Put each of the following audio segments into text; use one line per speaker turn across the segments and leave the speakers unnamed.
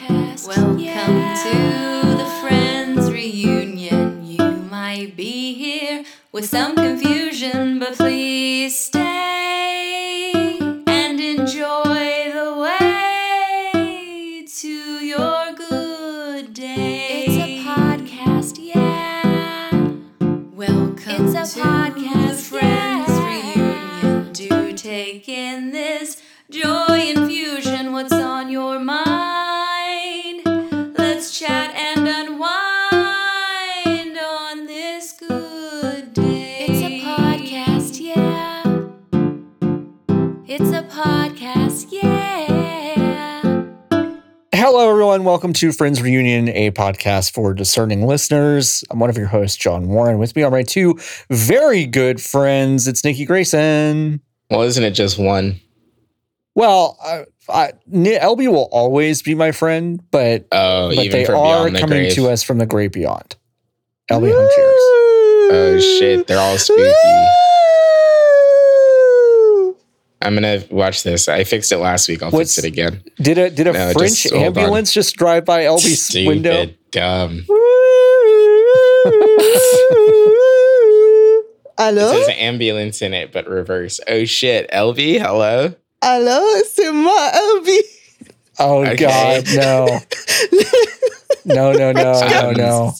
Welcome to the Friends reunion. You might be here with some confusion, but please stay and enjoy the way to your good day. It's a podcast, yeah. Welcome
It's
to
a podcast,
the Friends
yeah.
reunion. Do take in this joy infusion. What's on your mind? Let's chat and unwind on this good day.
It's a podcast, yeah. It's a podcast, yeah.
Hello, everyone. Welcome to Friends Reunion, a podcast for discerning listeners. I'm one of your hosts, John Warren. With me are my two very good friends. It's Nikki Grayson.
Well, isn't it just one?
Well, I, I, Ni- LB will always be my friend, but,
Oh,
but
even
they
for
are
beyond the
coming
grave.
to us from the great beyond. LB, home cheers.
Oh shit, they're all spooky. I'm gonna watch this. I fixed it last week. I'll
What's-
fix it again.
Did a did a
No, just
French
hold on.
ambulance just drive by LB's
Stupid,
window?
dumb.
Allô?
There's an ambulance in it, but reverse. Oh shit, LV, hello.
Allô? C'est moi, Elvi.
Oh
Okay.
God, no. no, no, no, no, no.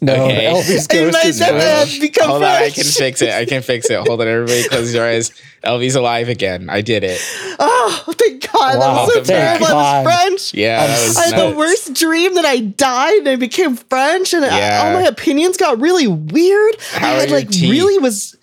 No,
Okay.
Elvis
It
ghost
might
is real.
never have become
Hold on, I
French.
can fix it. I can fix it. Hold on, everybody, close your eyes. LV's alive again. I did it.
Oh, thank God.
Wow,
I'm so
thank
terrible
God.
at French.
Yeah,
I'm
that was
I had
nuts.
the worst dream that I died and I became French and I-
Yeah.
all my opinions got really weird.
How
I
are
had
your
like
teeth?
really was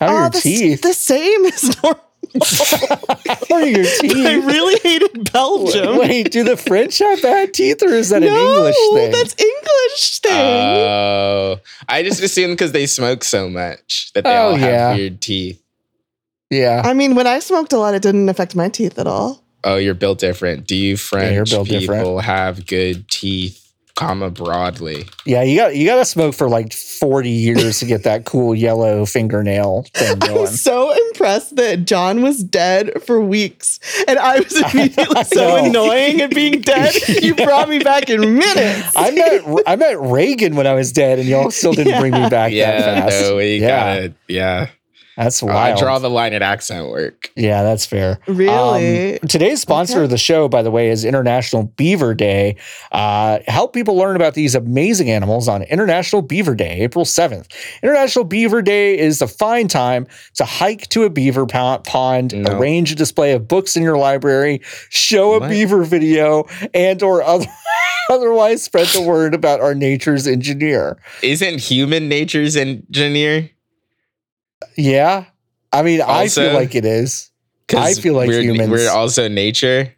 How are
oh,
your
the, s-
teeth?
the same as normal.
How are your
I
teeth?
really hated Belgium.
Wait, do the French have bad teeth, or is that an English thing? Uh.
that's English thing.
Oh, I just assumed because they smoke so much that they
Oh,
all have
yeah.
weird teeth.
yeah.
I mean, when I smoked a lot, it didn't affect my teeth at all.
Oh, you're built different. Do you French
you're built
people
different.
have good teeth, comma broadly?
yeah, you got you got to smoke for like forty years to get that cool yellow fingernail thing
I'm
going.
so impressed that John was dead for weeks, and I was immediately so
know.
annoying at being dead. You brought me back in minutes.
I met I met Reagan when I was dead, and y'all still didn't bring me back
Yeah,
that fast.
no, we
yeah,
gotta. Yeah, Oh,
that's
I
wild.
draw the line at accent work.
yeah, that's fair.
Really?
Um, today's sponsor
Okay.
of the show, by the way, is International Beaver Day. Uh, help people learn about these amazing animals on International Beaver Day, April 7th. International Beaver Day is the fine time to hike to a beaver po- pond,
No.
arrange a display of books in your library, show a
What?
beaver video, and or other, otherwise spread the word about our nature's engineer.
Isn't human nature's engineer?
Yeah. I mean, I
Also-
feel like it is.
'Cause
I feel like
we're,
humans-
We're also nature.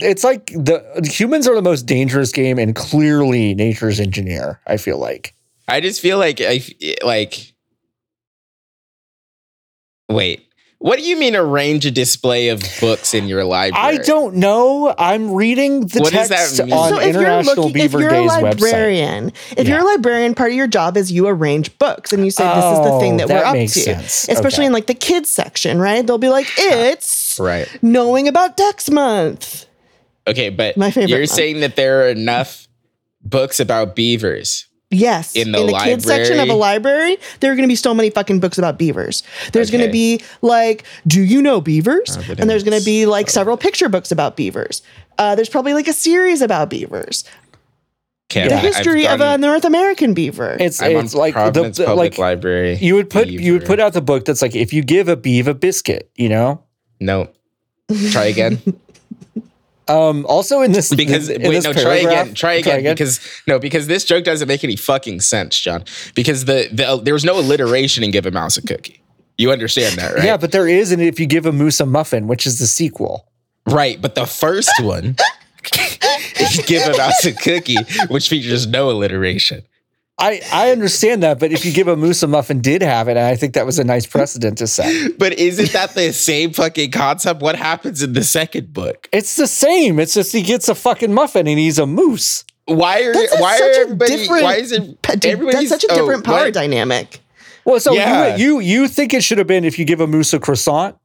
it's like the humans are the most dangerous game and clearly nature's engineer i feel like
I just feel like I f- like. Wait, what do you mean arrange a display of books in your library?
i don't know i'm reading the
What does
text
that mean?
on
So
international beaver
if you're
days
a
website
librarian, if you're a librarian, part of your job is you arrange books and you say this is the
Oh,
thing that, we're up to.
makes sense.
Especially
Okay.
in like the kids section, right? They'll be like, it's
Right.
knowing about Dex Month.
Okay, but
My favorite
you're
one.
saying that there are enough books about beavers.
Yes.
In the
kids section of a library, there are going to be so many fucking books about beavers. There's going
Okay. Oh,
to be like, do you know beavers?
Evidence
and there's going to be like several picture books about beavers. Uh, there's probably like a series about beavers.
Okay,
the
I've
history of a
gone-
North American beaver.
it's
I'm
it's
on
like the,
Providence
the-
Public
like
Library.
you would put you would
Beaver.
put out the book that's like if you give a beaver a biscuit you know
no. Try again.
um also in this
Because
in
wait,
this
no, try
paragraph-
again, try again, Because no, because this joke doesn't make any fucking sense, John. Because the, the there was no alliteration in "Give a Mouse a Cookie." You understand that, right?
yeah but there is and if you give a moose a muffin which is the sequel
Right, but the first one, is "Give a Mouse a Cookie," which features no alliteration.
I, I understand that, but if you give a moose a muffin, did have it, and I think that was a nice precedent to set.
But isn't that the same fucking concept? What happens in the second book?
It's the same. It's just he gets a fucking muffin and he's a moose.
Why are
That's a-
why
such a
are everybody,
different
why is it
Pa- dude, that's
everybody's-
such a
oh,
different power
what?
dynamic.
Well, so
Yeah.
you, you you think it should have been if you give a moose a croissant?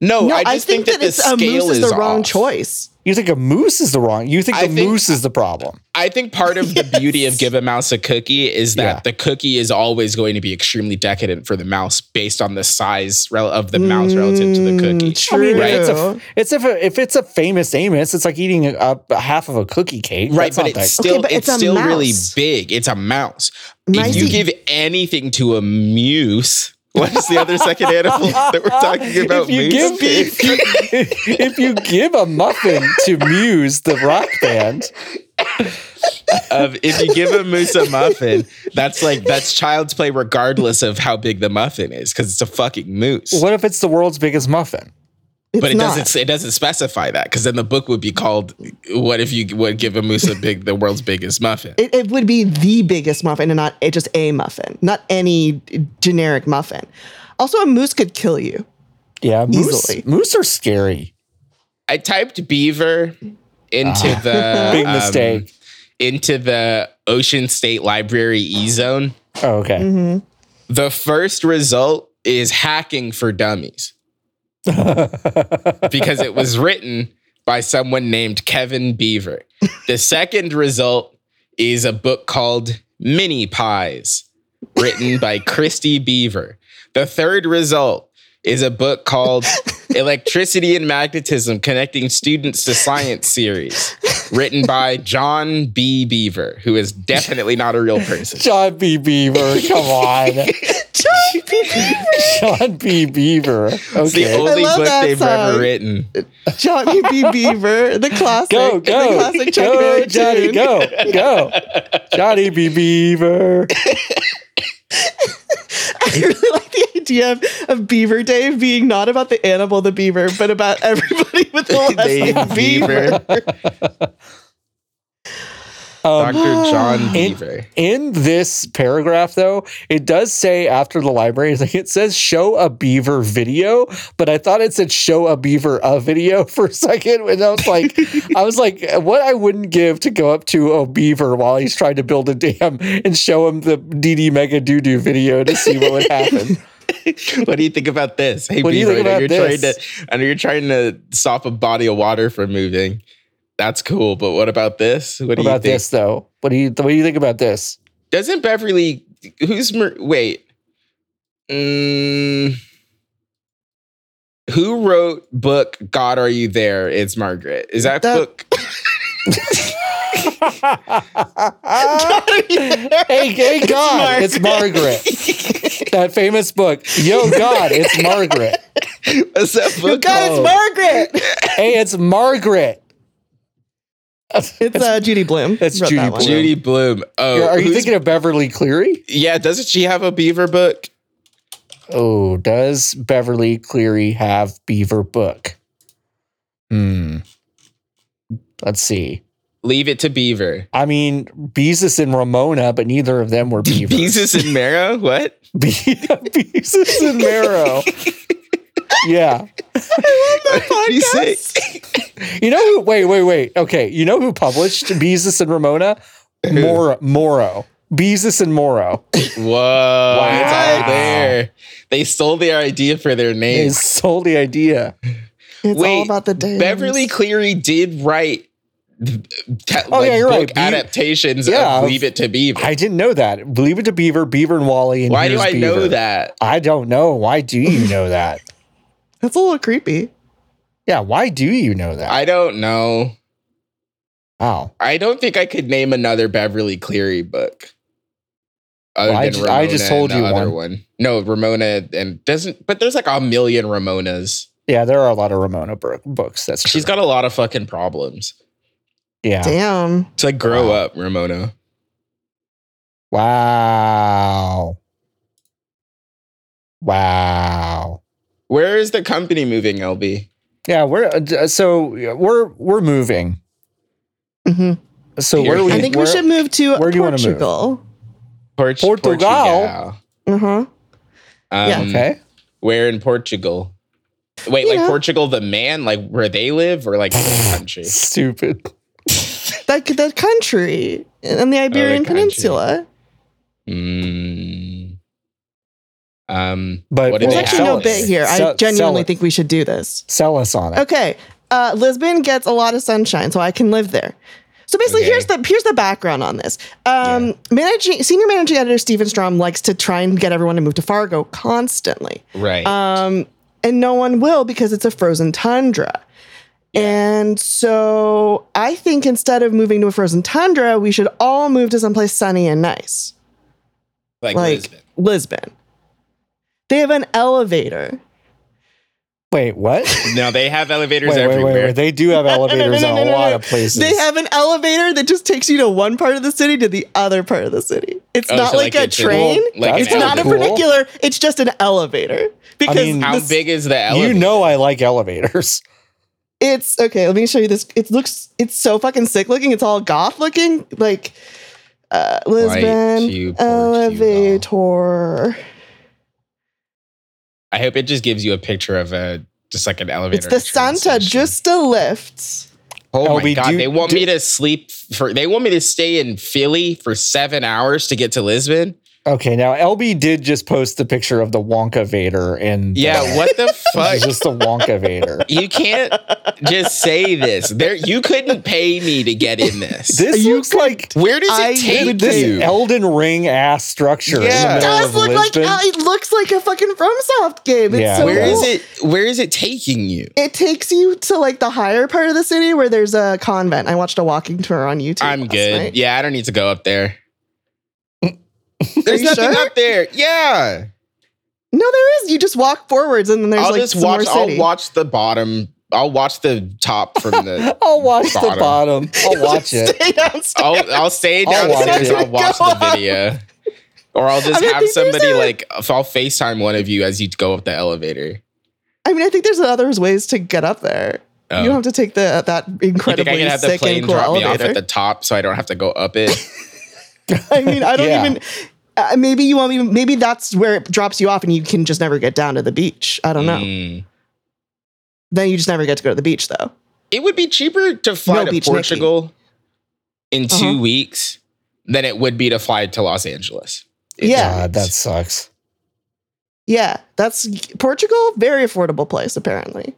No,
no,
Oh, I just think, that, the
a
scale
moose is, the wrong
off.
choice.
You think a moose is the wrong. You think
I
the
think-
moose is the problem.
I think part of the beauty of Give a Mouse a Cookie is that
Yeah.
the cookie is always going to be extremely decadent for the mouse based on the size rel- of the mouse relative to the cookie.
Mm,
I mean,
true.
Right.
it's, a, it's if a, if it's a famous Amos, it's like eating a, a half of a cookie cake.
Right,
That's
but
not
it's
that-
still
Okay, but
it's,
it's a
still really
mouse.
big. It's a mouse.
Mice
If you
eat-
give anything to a moose, what is the other second animal that we're talking about?
if you give
moose?
if you, if you give a muffin to Muse, the rock band,
of if you give a moose a muffin, that's like that's child's play, regardless of how big the muffin is, because it's a fucking moose.
what if it's the world's biggest muffin?
It's
but it
not.
doesn't it doesn't specify that because then the book would be called "What if you would give a moose a big the world's biggest muffin?"
It, it would be the biggest muffin and not it just a muffin, not any generic muffin. Also, a moose could kill you.
Yeah, moose,
Easily.
moose are scary.
I typed beaver into the
Ah. Big
um,
mistake.
into the Ocean State Library e zone.
Oh, okay.
The first result is hacking for dummies because it was written by someone named Kevin Beaver. The second result is a book called Mini Pies, written by Christy Beaver. The third result is a book called Electricity and Magnetism Connecting Students to Science series, written by John B. Beaver, who is definitely not a real person.
John B. Beaver, come on. John B. Beaver. John B. Beaver.
It's the
Okay.
only
love
book
that
they've
song.
ever written.
Johnny B. Beaver, the classic.
Go,
The
go,
classic Chuck E.
go,
Berry
Johnny,
tune.
go, go. Johnny B. Beaver.
I really like the idea of, of Beaver Day being not about the animal, the beaver, but about everybody with the last
Dave
name Beaver.
Beaver.
Um,
Dr. John
In-
Beaver.
In this paragraph, though, it does say after the library, like, it says show a beaver video, but I thought it said show a beaver a video for a second. And I was like, I was like, what I wouldn't give to go up to a beaver while he's trying to build a dam and show him the DD Mega Doo Doo video to see what would happen.
What do you think about this? Hey,
What do you
Beaver,
think
I know
about
you're
this?
trying to I know you're trying to stop a body of water from moving. That's cool, but what about this? What,
What
do
about
you think?
this, though? What do you what do you think about this?
Doesn't Beverly who's Mer- wait? Mm, who wrote book God Are You There? It's Margaret. Is that,
That-
book?
hey, hey, God, it's Margaret. that famous book. Yo, God, it's Margaret.
Is that book?
You guys,
Oh.
called?
Margaret.
Hey, it's Margaret.
It's uh, Judy Bloom.
That's
wrote
Judy
that one.
Blume.
Judy Bloom. Oh,
Are you
who's-
thinking of Beverly Cleary?
Yeah, doesn't she have a beaver book?
Oh, does Beverly Cleary have Beaver Book? Hmm. Let's see.
Leave it to Beaver.
I mean, Beezus and Ramona, but neither of them were beavers.
Pieces and marrow? What?
Be- Beezus and Marrow. yeah.
What do you say?
You know who? Wait, wait, wait. Okay, you know who published Beezus and Ramona? Moro, Moro, Beezus and Moro.
Whoa. It's all there. They stole their idea for their
They
name.
sold the idea.
It's all
Wait,
about the day.
Beverly Cleary did write th- th-
Oh,
like
yeah, you're
book
right. Be-
adaptations
Yeah,
of Leave It to Beaver.
I didn't know that. Believe it to Beaver, Beaver and Wally. And
Why do
Here's
I
Beaver.
know that?
I don't know. Why do you know that?
That's a little creepy.
yeah, why do you know that?
I don't know.
wow.
I don't think I could name another Beverly Cleary book. Other
Well, I
than
ju-
Ramona
I just told
and the
you
other
one.
one. No, Ramona and doesn't, but there's like a million Ramonas.
Yeah, there are a lot of Ramona bro- books. That's true.
She's got a lot of fucking problems.
yeah.
Damn.
It's like grow
Wow.
up, Ramona.
Wow. Wow.
Where is the company moving, LB?
Yeah, we're uh, so yeah, we're we're moving.
hmm
So where do we?
I think we
where-
should move to
where do you wanna move?
Portugal.
Port-
Portugal.
Uh-huh.
Um,
Yeah.
Okay.
Where in Portugal? Wait,
You
like
know.
Portugal, the man, like where they live, or like the country?
Stupid.
That the country and the
Oh,
Iberian
country.
Peninsula.
Mm. Um,
But
What did
There's
Um, they
actually
have?
no
Sell it.
bit here.
Sell-
I
sell
genuinely
it.
think we should do this.
Sell us on it.
Okay. uh, Lisbon gets a lot of sunshine, so I can live there. So basically,
Okay.
here's the here's the background on this. Um,
Yeah.
managing senior managing editor Steven Strom likes to try and get everyone to move to Fargo constantly,
Right.
um, and no one will because it's a frozen tundra. And so I think instead of moving to a frozen tundra, we should all move to someplace sunny and nice,
like,
like
Lisbon.
Lisbon. They have an elevator.
Wait, what?
No, they have elevators
wait, wait,
everywhere.
wait, wait. They do have elevators
No, no, no,
in a
no, no,
lot
no.
of places.
They have an elevator that just takes you to one part of the city to the other part of the city. It's
Oh,
not
so
like,
like
a
it's a-
train.
like
an
it's not a
elevator.
funicular. It's just an elevator because
mean-
How
this-
big is the elevator?
You know I like elevators.
it's okay. Let me show you this. It looks. It's so fucking sick looking. It's all goth looking. Like uh,
you
Lisbon
poor
elevator.
I hope it just gives you a picture of a just like an elevator.
It's the
and train
Santa
station.
just E a lift.
Oh my
LB,
god,
do-
they want
do-
me to sleep for they want me to stay in Philly for 7 hours to get to Lisbon?
Okay, now LB did just post the picture of the Wonka Vader and
Yeah, what the
It's
fuck?
just the Wonka Vader.
You can't just say this. There you couldn't pay me to get in this.
This
You
looks
could-
like
Where does
I
it take
would
this
you?
Elden Ring ass structure
Yeah.
in
It
the middle
does
of
look like E
Lisbon.
it looks like a fucking FromSoft game. It's
Yeah.
so
Where
cool.
is it where is it taking you?
it takes you to like the higher part of the city where there's a convent. I watched a walking tour on YouTube.
I'm
last
good.
night.
Yeah, I don't need to go up there. There's
you
nothing
sure?
up there. Yeah.
No, there is. You just walk forwards and then there's
I'll
like
just
some
watch
more city.
I'll watch the bottom. I'll watch the top from the
I'll watch
Bottom.
the bottom. I'll watch
Just
it.
Stay downstairs.
I'll I'll stay
I'll watch
downstairs.
it.
I'll watch,
Go
the
on.
video, or I'll just
I mean, I
have
think there's
somebody
a-
like if I'll Facetime one of you as you go up the elevator.
I mean, I think there's other ways to get up there.
Oh.
You don't have to take the that
You think I
incredibly
can have the
sick
plane
and cool
drop me off at the
elevator.
top so I don't have to go up it?
I mean, I don't
Yeah.
even. Uh, maybe you won't even. Maybe that's where it drops you off, and you can just never get down to the beach. I don't know.
Mm.
Then you just never get to go to the beach, though.
It would be cheaper to fly
No
to
beach,
Portugal in 2
Uh-huh.
weeks than it would be to fly to Los Angeles. in
Yeah.
two
God, that
weeks.
sucks.
Yeah, that's Portugal. Very affordable place, apparently.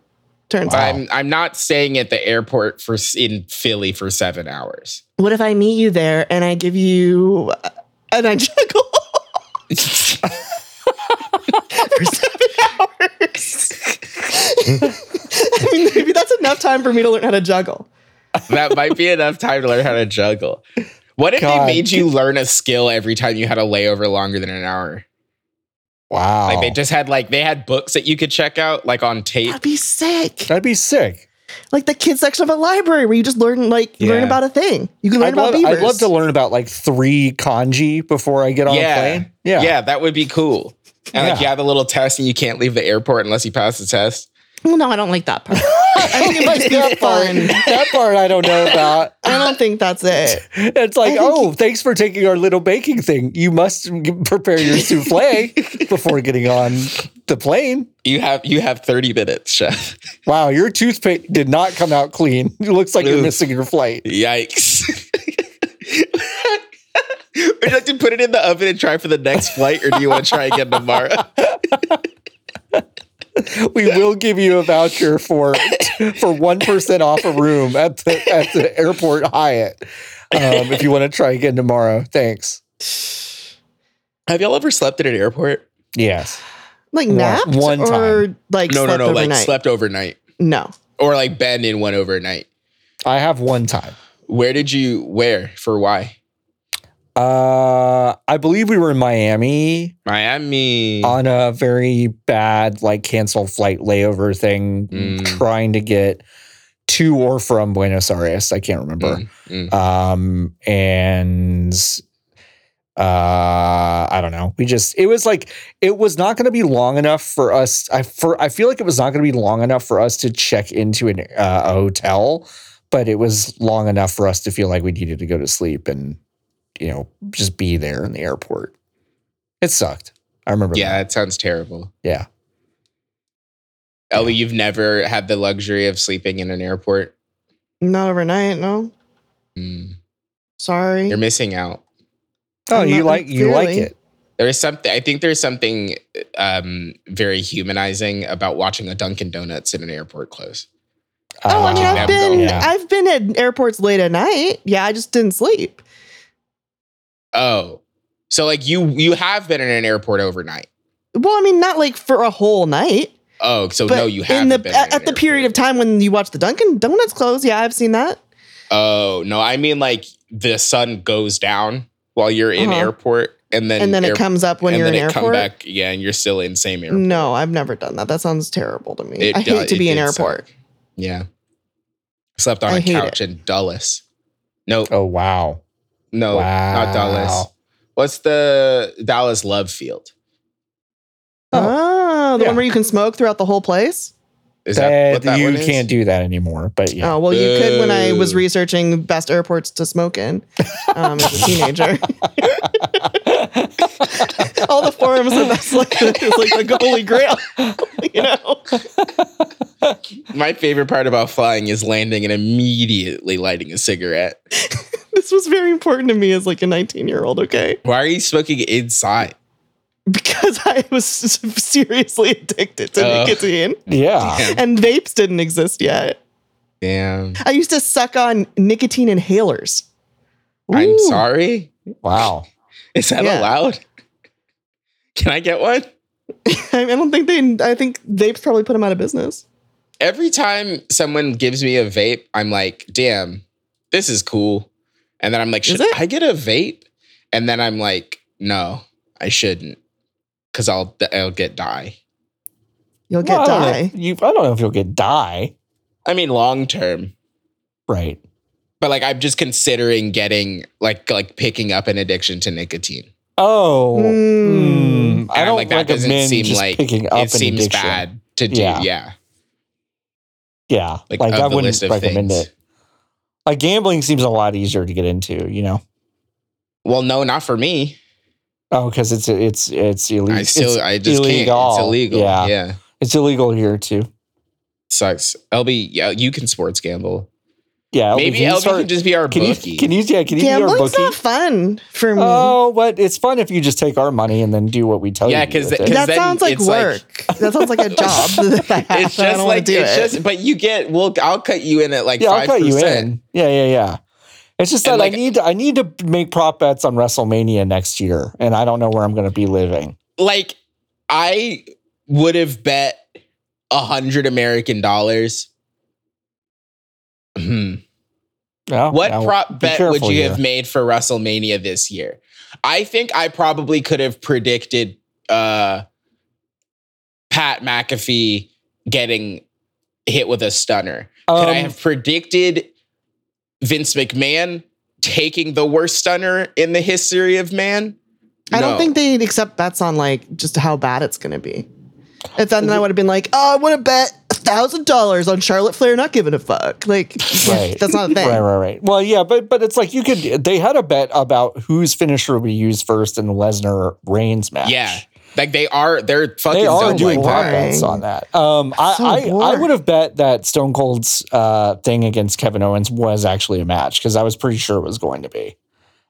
Turns
But
out.
I'm I'm not staying at the airport for s- in Philly for seven hours.
What if I meet you there and I give you uh, an icicle? for seven hours. I mean, maybe that's enough time for me to learn how to juggle.
that might be enough time to learn how to juggle. What if
God.
they made you learn a skill every time you had a layover longer than an hour?
Wow.
Like they just had like they had books that you could check out like on tape.
That'd be sick.
That'd be sick.
Like the kids section of a library where you just learn like learn
Yeah.
about a thing. You can learn
I'd
about
love,
beavers.
I'd love to learn about like three kanji before I get on
Yeah.
a plane.
Yeah.
Yeah.
that would be cool. And like
Yeah.
you have the little test and you can't leave the airport unless you pass the test.
well, no, I don't like that part. I think it might be
that, part,
fun.
that part I don't know about.
I don't think that's it.
It's like, oh, thanks for taking our little baking thing. You must g- prepare your souffle before getting on the plane.
You have you have 30 minutes, chef.
Wow, your toothpick did not come out clean. It looks like you're
Oof.
missing your flight.
Yikes. Would you like to put it in the oven and try for the next flight, or do you want to try again tomorrow?
We will give you a voucher for for one percent off a room at the at the airport Hyatt. Um, if you want to try again tomorrow, thanks.
have y'all ever slept at an airport?
Yes.
Like
One-
napped
one
or like
no, no,
slept
no,
overnight.
like slept overnight.
no.
or like been in one overnight.
I have one time.
Where did you where for why?
Uh, I believe we were in Miami
Miami.
on a very bad, like, cancel flight layover thing,
Mm.
trying to get to or from Buenos Aires. I can't remember.
Mm, mm.
Um, and uh, I don't know. We just, it was like, it was not going to be long enough for us. I for I feel like it was not going to be long enough for us to check into an, uh, a hotel, but it was long enough for us to feel like we needed to go to sleep and, you know, just be there in the airport. It sucked. I remember.
Yeah,
that.
that sounds terrible.
Yeah.
Ellie, you've never had the luxury of sleeping in an airport.
Not overnight, no.
Mm,
Sorry.
You're missing out.
Oh,
I'm
you
not-
like you like
clearly.
it.
There is something I think there's something um, very humanizing about watching a Dunkin' Donuts in an airport close.
Oh, I mean,
Ah.
Uh,
I've been
Yeah.
I've been at airports late at night. Yeah, I just didn't sleep.
Oh, so like you you have been in an airport overnight.
Well, I mean, not like for a whole night,
Oh, so
but
no, you
in
haven't
the
been in
at,
an
at the period of
airport.
time when you watch the Dunkin' Donuts close. Yeah, I've seen that.
Oh no, I mean like the sun goes down while you're in
Uh-huh.
airport, and then
And, then
air-
it comes up when
and
you're
then
in
it come
airport.
back, yeah, and you're still in same airport.
No, I've never done that. That sounds terrible to me.
It
I
does-
hate to
it
be in
did suck.
airport.
Yeah, slept on a
I hate
couch in Dulles. No,
Oh wow.
no, not Dulles.
Wow.
What's the Dallas Love Field?
Oh, the
Yeah.
one where you can smoke throughout the whole place?
Is that,
That,
what that
you
one is?
can't do that anymore. But yeah.
Oh, well, you could when I was
Boo.
researching best airports to smoke in um, as a teenager. All the forums of that's like, it's like the holy grail, you know?
My favorite part about flying is landing and immediately lighting a cigarette.
This was very important to me as like a 19 year old, okay?
Why are you smoking inside?
Because I was seriously addicted to
Oh.
nicotine
Yeah.
and vapes didn't exist yet.
Damn.
I used to suck on nicotine inhalers.
I'm
Ooh.
sorry.
Wow.
Is that
Yeah.
allowed? Can I get one?
I don't think they, I think vapes probably put them out of business.
Every time someone gives me a vape, I'm like, damn, this is cool. And then I'm like,
Is
should
it?
I get a vape? And then I'm like, no, I shouldn't. Cause I'll I'll get die.
You'll get
Well, I don't know
die.
if you, I don't know if you'll get die.
I mean long term.
Right.
But like I'm just considering getting like like picking up an addiction to nicotine.
Oh.
Hmm.
Mm.
mm, I
And
don't
I'm like, that doesn't
recommend
seem
just
like-
picking up an
it seems
addiction.
bad to do.
Yeah.
Yeah.
Yeah. Like,
Like, of
I
the
wouldn't
list of
recommend
things.
it. Like gambling seems a lot easier to get into, you know.
Well, no, not for me.
Oh, because it's it's it's illegal.
I still,
it's,
I just
illegal.
can't. It's illegal.
Yeah.
Yeah.
it's illegal here too.
Sucks. LB, yeah, you can sports gamble.
Yeah,
Maybe
can you
LB
start-
can just be our
can you
bookie.
can you yeah can you be our
Gambling's
bookie?
not fun for me.
Oh, but it's fun if you just take our money and then do what we tell
Yeah,
you. to do
'cause
with
the-
it.
that
then
sounds like
it's like-
work. that sounds like a job. that
it's
I have, and I
just
don't wanna
like
do
it's
it.
just, but you get. Well, I'll cut you in at like
yeah, I'll
five
cut you
percent.
in. Yeah, yeah, yeah. It's just that
And, like-
I need I need to make prop bets on WrestleMania next year, and I don't know where I'm going to be living.
Like I would have bet a hundred American dollars. Hmm.
Oh, Yeah,
What
yeah, be
prop bet would
careful
you
here.
have made for WrestleMania this year? I think I probably could have predicted uh, Pat McAfee getting hit with a stunner. could I
Um,
have predicted Vince McMahon taking the worst stunner in the history of man?
I don't
No.
think they'd accept bets on like just how bad it's going to be. If then I would have been like, oh, I want to bet thousand dollars on Charlotte Flair not giving a fuck. Like
Right.
that's not a thing.
Right, right, right. Well, yeah, but but it's like you could. They had a bet about whose finisher would be used first in the Lesnar Reigns match.
Yeah. Like they are they're fucking
they are
dumb
doing
like
prop
that.
boring.
bets on that. Um, I,
So
I, I
boring.
would have bet that Stone Cold's uh, thing against Kevin Owens was actually a match because I was pretty sure it was going to be.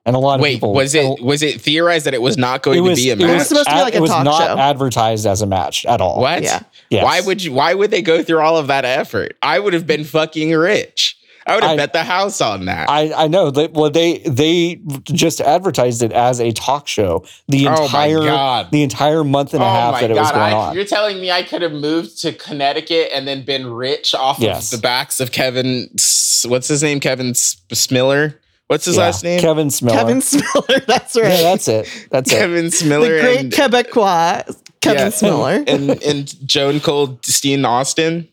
And a lot of
Wait,
people
was
a-
it was it theorized that it was not
It
going
was,
to be a
it was
It was
match?
supposed to be
ad-
like a
it was
talk
not
show.
advertised as a match at all.
What?
Yeah.
Yes.
Why would you why would they go through all of that effort? I would have been fucking rich. I would have
I-
bet the house on that.
I, I know that well they they just advertised it as a talk show the
Oh my
entire
God.
the entire month and a half that it was going
Oh I-
on.
You're telling me I could have moved to Connecticut and then been rich off
Yes.
of the backs of Kevin. S- What's his name? Kevin S- Smiller. What's his
Yeah.
last name?
Kevin Smiller.
Kevin Smiller, that's right.
yeah, that's it. That's it.
Kevin
the
Smiller
great
and,
Quebecois Kevin
Yeah.
Smiller.
and and Joan Cole Steen Austin.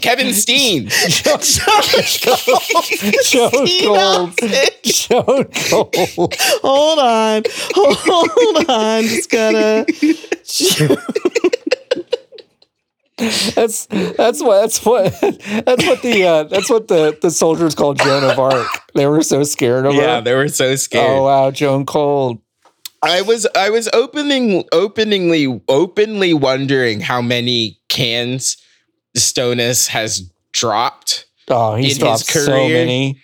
Kevin Steen.
Joe Cold.
Austin.
Joe Cold.
Hold on. Hold on. Just gotta.
That's that's what that's what that's what the uh, that's what the the soldiers called Joan of Arc. They were so scared of
yeah,
her.
they were so scared.
Oh wow, Joan Cold.
I was I was opening openingly openly wondering how many cans Stonis has dropped.
Oh,
In
he's
his
dropped so
career,
many.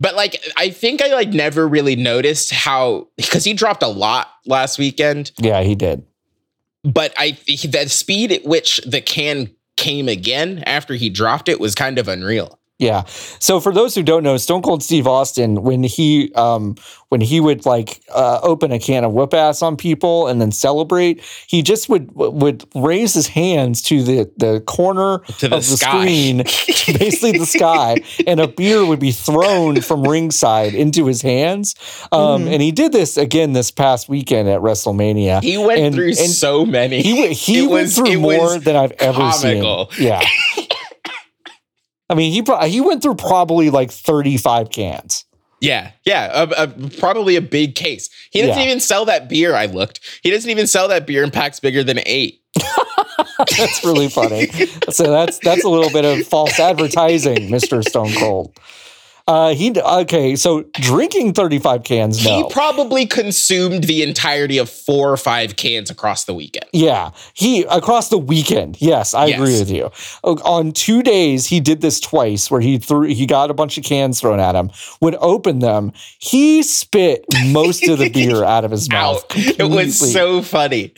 But like I think I like never really noticed how because he dropped a lot last weekend,
Yeah, he did.
but I he- the speed at which the can came again after he dropped it was kind of unreal.
Yeah. So for those who don't know, Stone Cold Steve Austin, when he um when he would like uh, open a can of whoop ass on people and then celebrate, he just would would raise his hands to the the corner
To the
of the
sky.
screen, basically the sky, and a beer would be thrown from ringside into his hands. Um,
Mm-hmm.
Mhm.
And he did this again this past weekend at WrestleMania.
He went
And-
through
and
so many.
He went, he went
It was-
through
it
more
was
than I've ever
comical.
seen. Yeah. I mean, he pro- he went through probably like 35 cans.
Yeah, yeah, a, a, probably a big case. He doesn't
Yeah.
even sell that beer. I looked. He doesn't even sell that beer in packs bigger than eight.
That's really funny. so that's that's a little bit of false advertising, Mr. Stone Cold. Uh he okay, so drinking 35 cans no.
He probably consumed the entirety of four or five cans across the weekend.
Yeah, he across the weekend. Yes, I agree
Yes.
with you. O- On two days, he did this twice, where he threw he got a bunch of cans thrown at him. Would open them, he spit most of the beer out of his mouth.
Out. It was
completely.
so funny.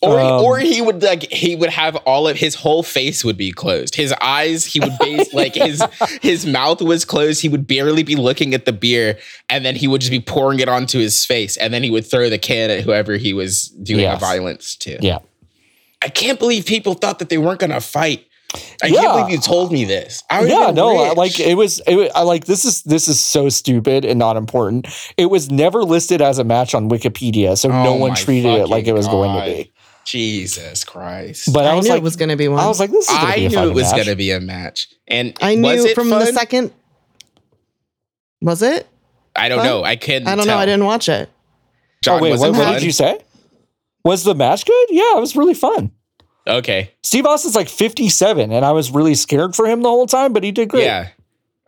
Or,
Um,
or he would like he would have all of his whole face would be closed. His eyes, he would base like his his mouth was closed. He would barely be looking at the beer, and then he would just be pouring it onto his face, and then he would throw the can at whoever he was doing
Yes.
the violence to.
Yeah,
I can't believe people thought that they weren't going to fight. I
Yeah.
can't believe you told me this. I would've
yeah,
been
no, I-
rich.
like it was, it was. I like this is this is so stupid and not important. It was never listed as a match on Wikipedia, so no
Oh
one
my
treated it like it was going to
fucking
be.
Jesus Christ.
But I,
I,
was
knew
like,
it was going to be one.
I was like, this is. Gonna
I
be a
knew
fun
it was
match.
going to be a match, and
I
was
knew
it
from the
fun?
second. Was it?
I don't
fun?
know. I couldn't.
I don't
tell.
know. I didn't watch it.
John,
oh wait,
was
what,
it
what
fun?
did you say? Was the match good? Yeah, it was really fun.
Okay.
Steve Austin's like 57, and I was really scared for him the whole time, but he did great.
Yeah.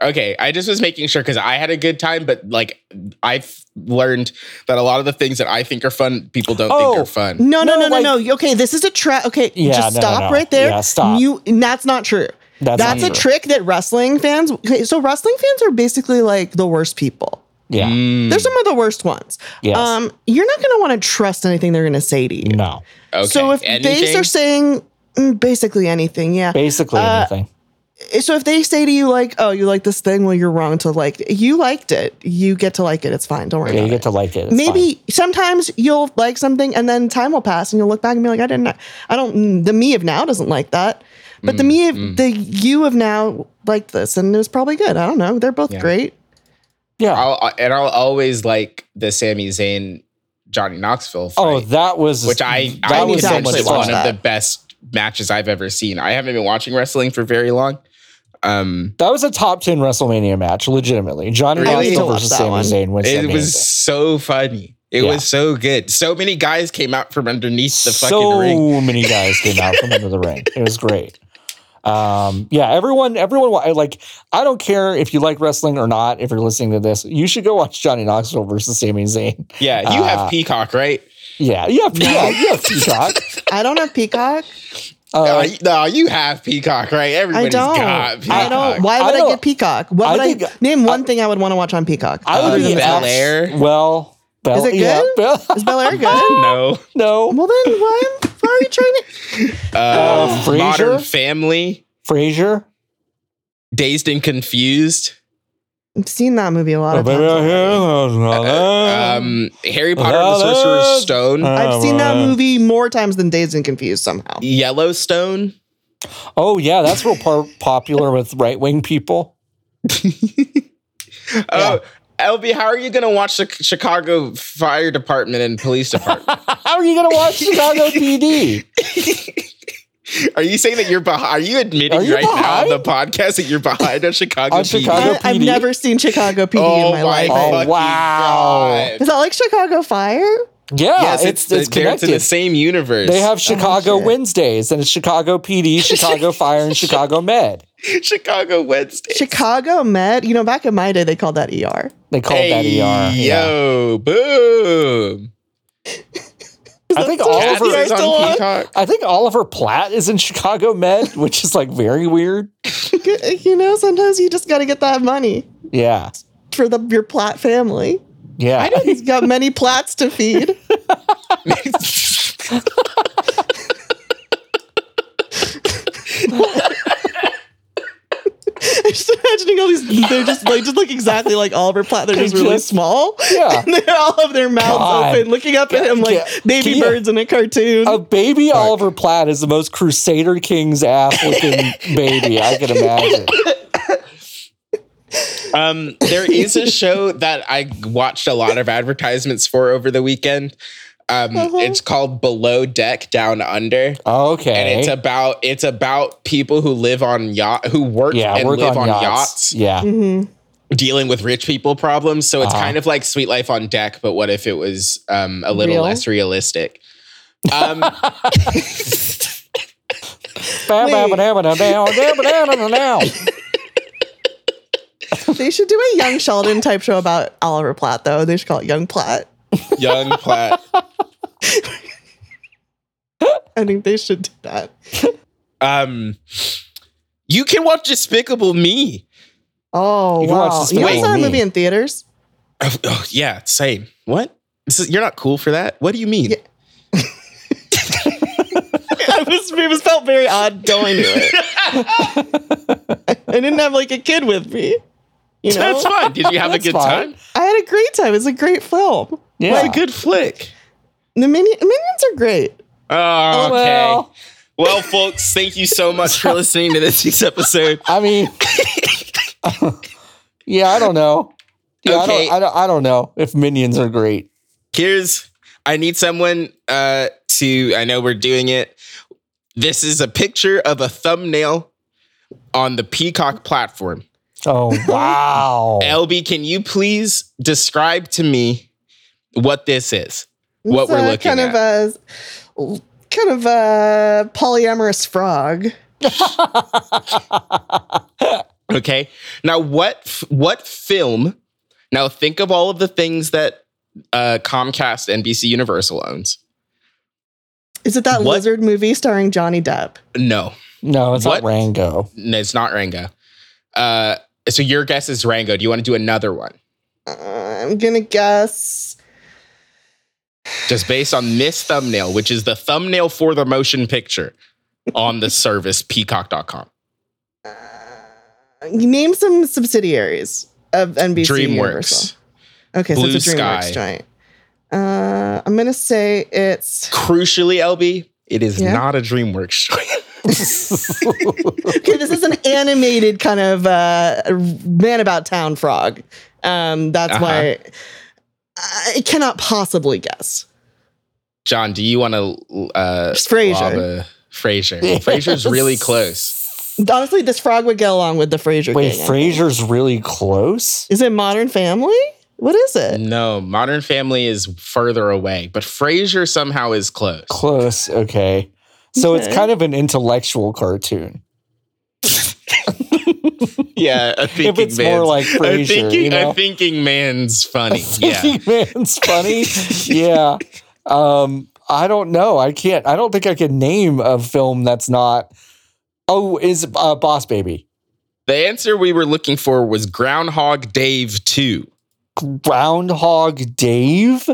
Okay. I just was making sure because I had a good time, but like I've learned that a lot of the things that I think are fun, people don't
Oh,
think are fun.
No, no,
No,
no, no,
like-
no. Okay, this is a trap. Okay,
Yeah,
just
no, no,
stop
no.
right there.
Yeah, stop.
You, and that's not true.
That's,
That's,
not
a
true.
trick that wrestling fans. Okay, so wrestling fans are basically like the worst people.
Yeah.
Mm,
They're some of the worst ones.
Yes.
Um, you're not going to want to trust anything they're going to say to you.
no.
okay.
So if they
Anything?
are saying mm, basically anything, yeah.
Basically
Uh,
anything.
So if they say to you like, "Oh, you like this thing," well, you're wrong to like. it. You liked it. You get to like it. It's fine. Don't worry.
Yeah,
about
you
it.
get to like it. It's
Maybe sometimes you'll like something and then time will pass and you'll look back and be like, I didn't, I don't, the me of now doesn't like that. But
Mm,
the me of, the you of now liked this and it was probably good. I don't know. They're both
Yeah.
great.
fine. Yeah.
I'll, uh, and I'll always like the Sami Zayn, Johnny Knoxville fight.
oh, that was.
which I
that
I
need
was
was
to
so
actually
much
watch
one
fun.
of
that.
the best matches I've ever seen. I haven't been watching wrestling for very long. Um,
That was a top 10 WrestleMania match, legitimately. Johnny
Really? I
really?
need to
watch
versus
that
Sami
one.
Zayn was
it
amazing.
was so funny. It
Yeah.
was so good. So many guys came out from underneath the fucking
so
ring.
many guys came out from under the ring. It was great. Um, yeah, everyone, everyone, I like, I don't care if you like wrestling or not. If you're listening to this, you should go watch Johnny Knoxville versus Sami Zayn.
Yeah, you
Uh,
have Peacock, right?
Yeah, yeah, Peacock. Yeah, Peacock.
I don't have Peacock.
Uh,
Uh, no, you have Peacock, right?
I
Everybody's
don't.
got Peacock.
I don't. Why
I
would I,
don't-
get Peacock? What
I
would I,
think-
name one thing I would want to watch on Peacock?
I would
other
be
than
Bel
Fox?
Air.
Well, Bel-
Is it
yeah,
good?
Bel-
Is Bel Air good?
No.
no,
well, then why, why are you trying to?
Uh,
Uh,
Modern
Frasier?
Family,
Frasier.
Dazed and Confused,
I've seen that movie a lot
Oh,
of times. already.
Uh,
Uh, um, Harry Potter and the
Hello.
Sorcerer's Stone,
uh,
I've seen that movie more times than Dazed and Confused somehow.
Yellowstone.
Oh yeah, that's real par- popular with right wing people.
Oh, LB, how are you going to watch the Chicago Fire Department and Police Department?
How are you gonna watch Chicago PD?
are you saying that you're behind? Are you admitting
Are you
right now on the podcast that you're behind on Chicago
On
PD?
Chicago-
I, I've
PD.
never seen Chicago PD
Oh
in my,
my,
life.
Oh,
fucking
wow.
God.
Is that like Chicago Fire?
Yeah,
Yes,
it's it's,
it's, they're- it's in
connected.
the same universe.
they have Chicago
shit.
Wednesdays and it's Chicago PD, Chicago Fire, and Chicago Med.
Chicago Wednesday.
Chicago Med. You know, back in my day, they called that ER.
They called that ER.
Hey,
Yeah.
Yo, boom.
I think
Cats
Oliver.
is on Peacock.
I think Oliver Platt is in Chicago Med, which is like very weird.
you know, sometimes you just got to get that money
Yeah,
for the your Platt family.
yeah.
He's got many Platts to feed. just imagining all these. They're just like just look exactly like Oliver Platt. They're just really
just-
small.
Yeah.
and they all have their mouths
God.
open, looking up at him like
Yeah. Oh.
baby
Can you-
birds in a cartoon.
A baby Oliver Platt is the most Crusader Kings ass looking baby I can imagine.
Um, there is a show that I watched a lot of advertisements for over the weekend. Um,
Uh-huh.
It's called Below Deck Down Under,
Okay.
and it's about it's about people who live on yacht who work
yeah,
and
work
live on, yachts.
Yeah.
Mm-hmm.
dealing with rich people problems. So it's
Uh-huh.
kind of like Sweet Life on Deck, but what if it was um, a little
Real?
less realistic? Um,
Ba- ba-
Wait.
ba- da- ba- da- down, down, ba- down, down, down.
they should do a young Sheldon type show about Oliver Platt though. They should call it Young Platt.
young Platt.
I think they should do that.
Um, you can watch Despicable Me.
Oh
You can watch
wow!
this
You
movie
guys saw a
with me.
movie in theaters.
Oh, oh, yeah, same. What? This is- you're not cool for that. What do you mean?
Yeah. I was it was felt very odd going to it. I didn't have like a kid with me. You know,
That's fine. Did you have a
That's
good
fine.
time?
I had a great time. It's a great film.
Yeah.
It's a good flick.
The mini- minions are great.
Oh, okay.
well.
Well. folks, thank you so much for listening to this week's episode.
I mean, yeah, I don't know. Yeah,
Okay.
I, don't, I, don't, I don't know if minions are great.
Here's I need someone uh to I know we're doing it. This is a picture of a thumbnail on the Peacock platform.
Oh, wow.
LB, can you please describe to me what this is? What
It's,
we're
uh,
looking
kind
at.
of a kind of a polyamorous frog.
Okay. Now, what f- what film? Now, think of all of the things that uh, Comcast, NBC Universal owns.
Is it that
What?
lizard movie starring Johnny Depp?
No,
No, it's
What?
not Rango.
n- it's not Rango. Uh, so your guess is Rango. Do you want to do another one?
Uh, I'm gonna guess.
Just based on this thumbnail, which is the thumbnail for the motion picture on the service Peacock.com.
Name some subsidiaries of NBC
DreamWorks.
Universal. Okay, so
Blue
it's a DreamWorks
Sky.
joint. Uh, I'm gonna say it's
Crucially, LB, it is
Yeah.
not a DreamWorks show.
okay. This is an animated kind of uh, man about town frog. Um, that's
Uh-huh.
why I cannot possibly guess.
John, do you want to uh,
Frasier.
lob a- Frasier? Frasier's really close.
Honestly, this frog would get along with the Fraser.
Wait,
King.
Frasier's really close?
Is it Modern Family? What is it?
No, Modern Family is further away, but Frasier somehow is close.
Close, okay. So it's
Okay.
kind of an intellectual cartoon.
Yeah, a thinking
it's more like Frasier,
a thinking,
you know?
a thinking man's funny. Yeah,
man's funny. yeah. Um, I don't know. I can't. I don't think I can name a film that's not. Oh, is uh, Boss Baby
the answer we were looking for was Groundhog Dave Two.
Groundhog Dave?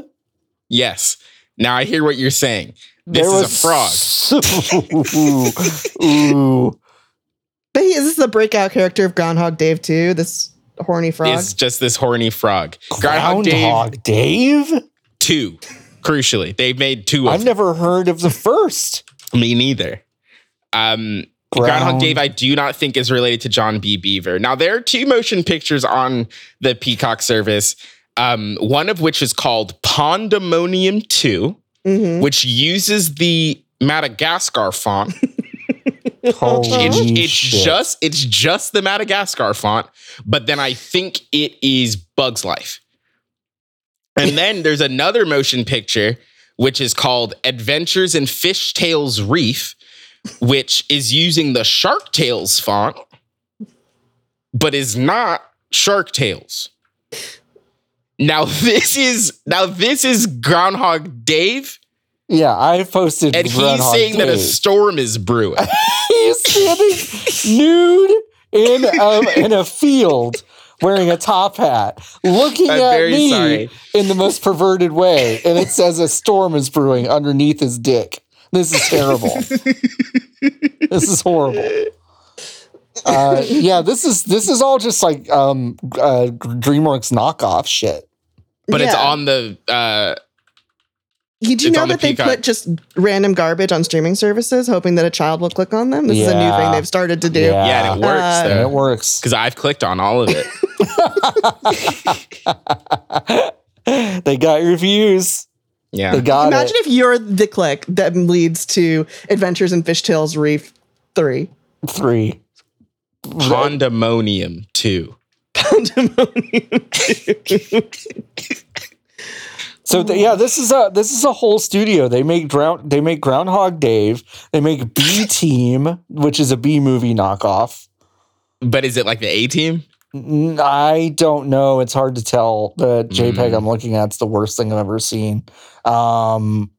Yes. Now I hear what you're saying. This is a frog.
ooh, ooh.
But he, is this the breakout character of Groundhog Dave too? This horny frog.
It's just this horny frog. Groundhog, Dave
Groundhog Dave?
Two. Crucially, they made two of
I've
them.
never heard of the first.
Me neither. Um, Groundhog Dave, I do not think is related to John B. Beaver. Now there are two motion pictures on the Peacock service. Um, one of which is called Pondemonium 2,
Mhm.
which uses the Madagascar font.
Holy
It's, it's
shit.
just it's just the Madagascar font, but then I think it is Bug's Life. And then there's another motion picture which is called Adventures in Fishtail's Reef, which is using the Shark Tales font, but is not Shark Tales. Now this is now this is Groundhog Dave,
yeah, I posted.
and he's
Groundhog
saying that a
Dave.
storm is brewing.
He's standing nude in a, in a field wearing a top hat, looking
I'm
at
very
me
sorry.
in the most perverted way. And it says a storm is brewing underneath his dick. This is terrible. this is horrible. Uh, yeah, this is this is all just like um, uh, DreamWorks knockoff shit.
but it's
Yeah.
on the uh
You do
It's
know
on the
that they
Peacock.
put just random garbage on streaming services, hoping that a child will click on them. This is a new
Yeah.
thing they've started to do.
Yeah.
yeah, and it works
Uh,
And it
though.
works.
Because I've clicked on all of it.
They got your views. They
Yeah.
got
Imagine
it.
if you're the click that leads to Adventures in Fishtails Reef Three.
Three.
Pandemonium 2.
So th- yeah, this is a this is a whole studio. They make ground they make Groundhog Dave. They make B Team, which is a B movie knockoff.
But is it like the A team?
N- I don't know. It's hard to tell. The JPEG
Mm.
I'm looking at is the worst thing I've ever seen. Um,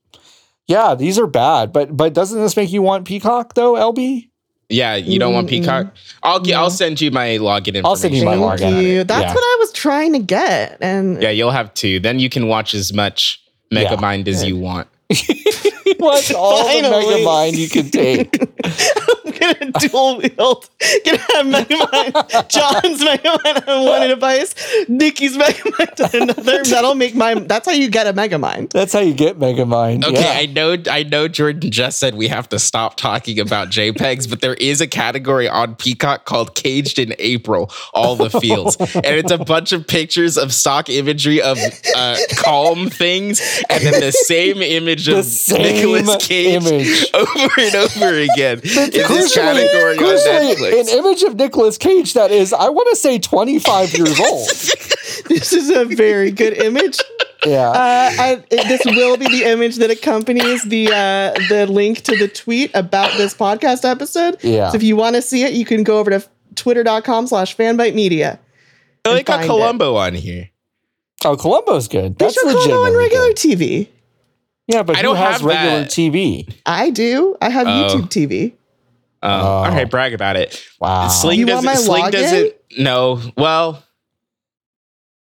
yeah, these are bad. But but doesn't this make you want Peacock though, LB?
Yeah, you don't want
Mm-mm.
Peacock. I'll get, I'll send you my login information.
I'll send you my
Thank
login. on
you.
it.
That's
Yeah.
what I was trying to get, and
Yeah, you'll have two. Then you can watch as much
Yeah.
Megamind as you want.
You want all the
Finally.
Mega Mind you can take.
I'm gonna dual wield. Gonna have Megamind, John's Megamind on one device, Nikki's Megamind on another. That'll make my. That's how you get a Megamind.
That's how you get Mega Mind.
Okay,
yeah.
I know I know Jordan just said we have to stop talking about JPEGs, but there is a category on Peacock called Caged in April, all the fields. and it's a bunch of pictures of stock imagery of uh, calm things and then the same image
The
of
same
Nicolas Cage
image.
over and over again in this category on
crucially,
Netflix.
an image of Nicolas Cage that is, I want to say, 25 years old.
This is a very good image.
Yeah.
Uh, I, it- this will be the image that accompanies the uh, the link to the tweet about this podcast episode.
Yeah.
So if you want to see it, you can go over to twitter.com slash fanbitemedia.
I like a
find it.
Columbo on here.
oh, Columbo's good.
They
That's
should call it on
legitimately
regular
good.
TV.
Yeah, but
I
who
don't
has
have
regular
that.
TV?
I do. I have
Oh.
YouTube TV.
Um,
Oh.
All right, brag about it.
Wow.
Sling
You
doesn't.
want my
Sling
login?
doesn't. No. Well,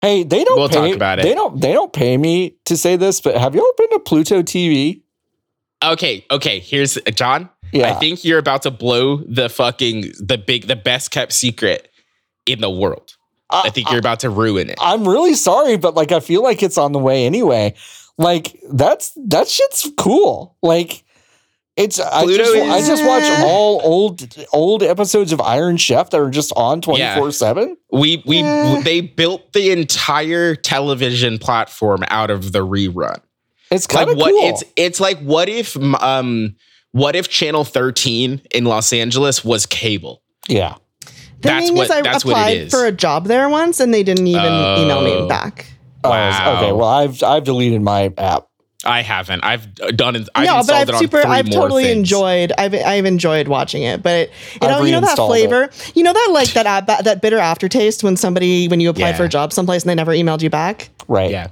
hey, they don't.
We'll
pay,
talk about it.
They don't. They don't pay me to say this, but have you all been to Pluto TV?
okay, okay. Here's uh, John.
Yeah.
I think you're about to blow the fucking the big the best kept secret in the world. I
Uh,
think you're about to ruin it.
I'm really sorry, but like I feel like it's on the way anyway. Like that's that shit's cool. Like it's I
Pluto
just, I
is-
just watch all old old episodes of Iron Chef that are just on 24/7.
We we
Yeah.
they built the entire television platform out of the rerun.
It's
Like
kind of
what
cool.
it's it's like what if um what if channel 13 in Los Angeles was cable?
yeah.
The
That's
thing
what-
is, I
that's what it
applied
is.
for a job there once, and they didn't even email
Oh.
me back.
Oh, okay,
Wow.
well I've I've deleted my app.
I haven't. I've done I've
no, but
installed
I've
it on
super,
3
I've
more
totally
things.
enjoyed. I've, I've enjoyed watching it, but it, you
I've
know, you know that
reinstalled it.
flavor, you know that like that ab- that bitter aftertaste when somebody when you apply
Yeah.
for a job someplace and they never emailed you back.
Right.
Yeah.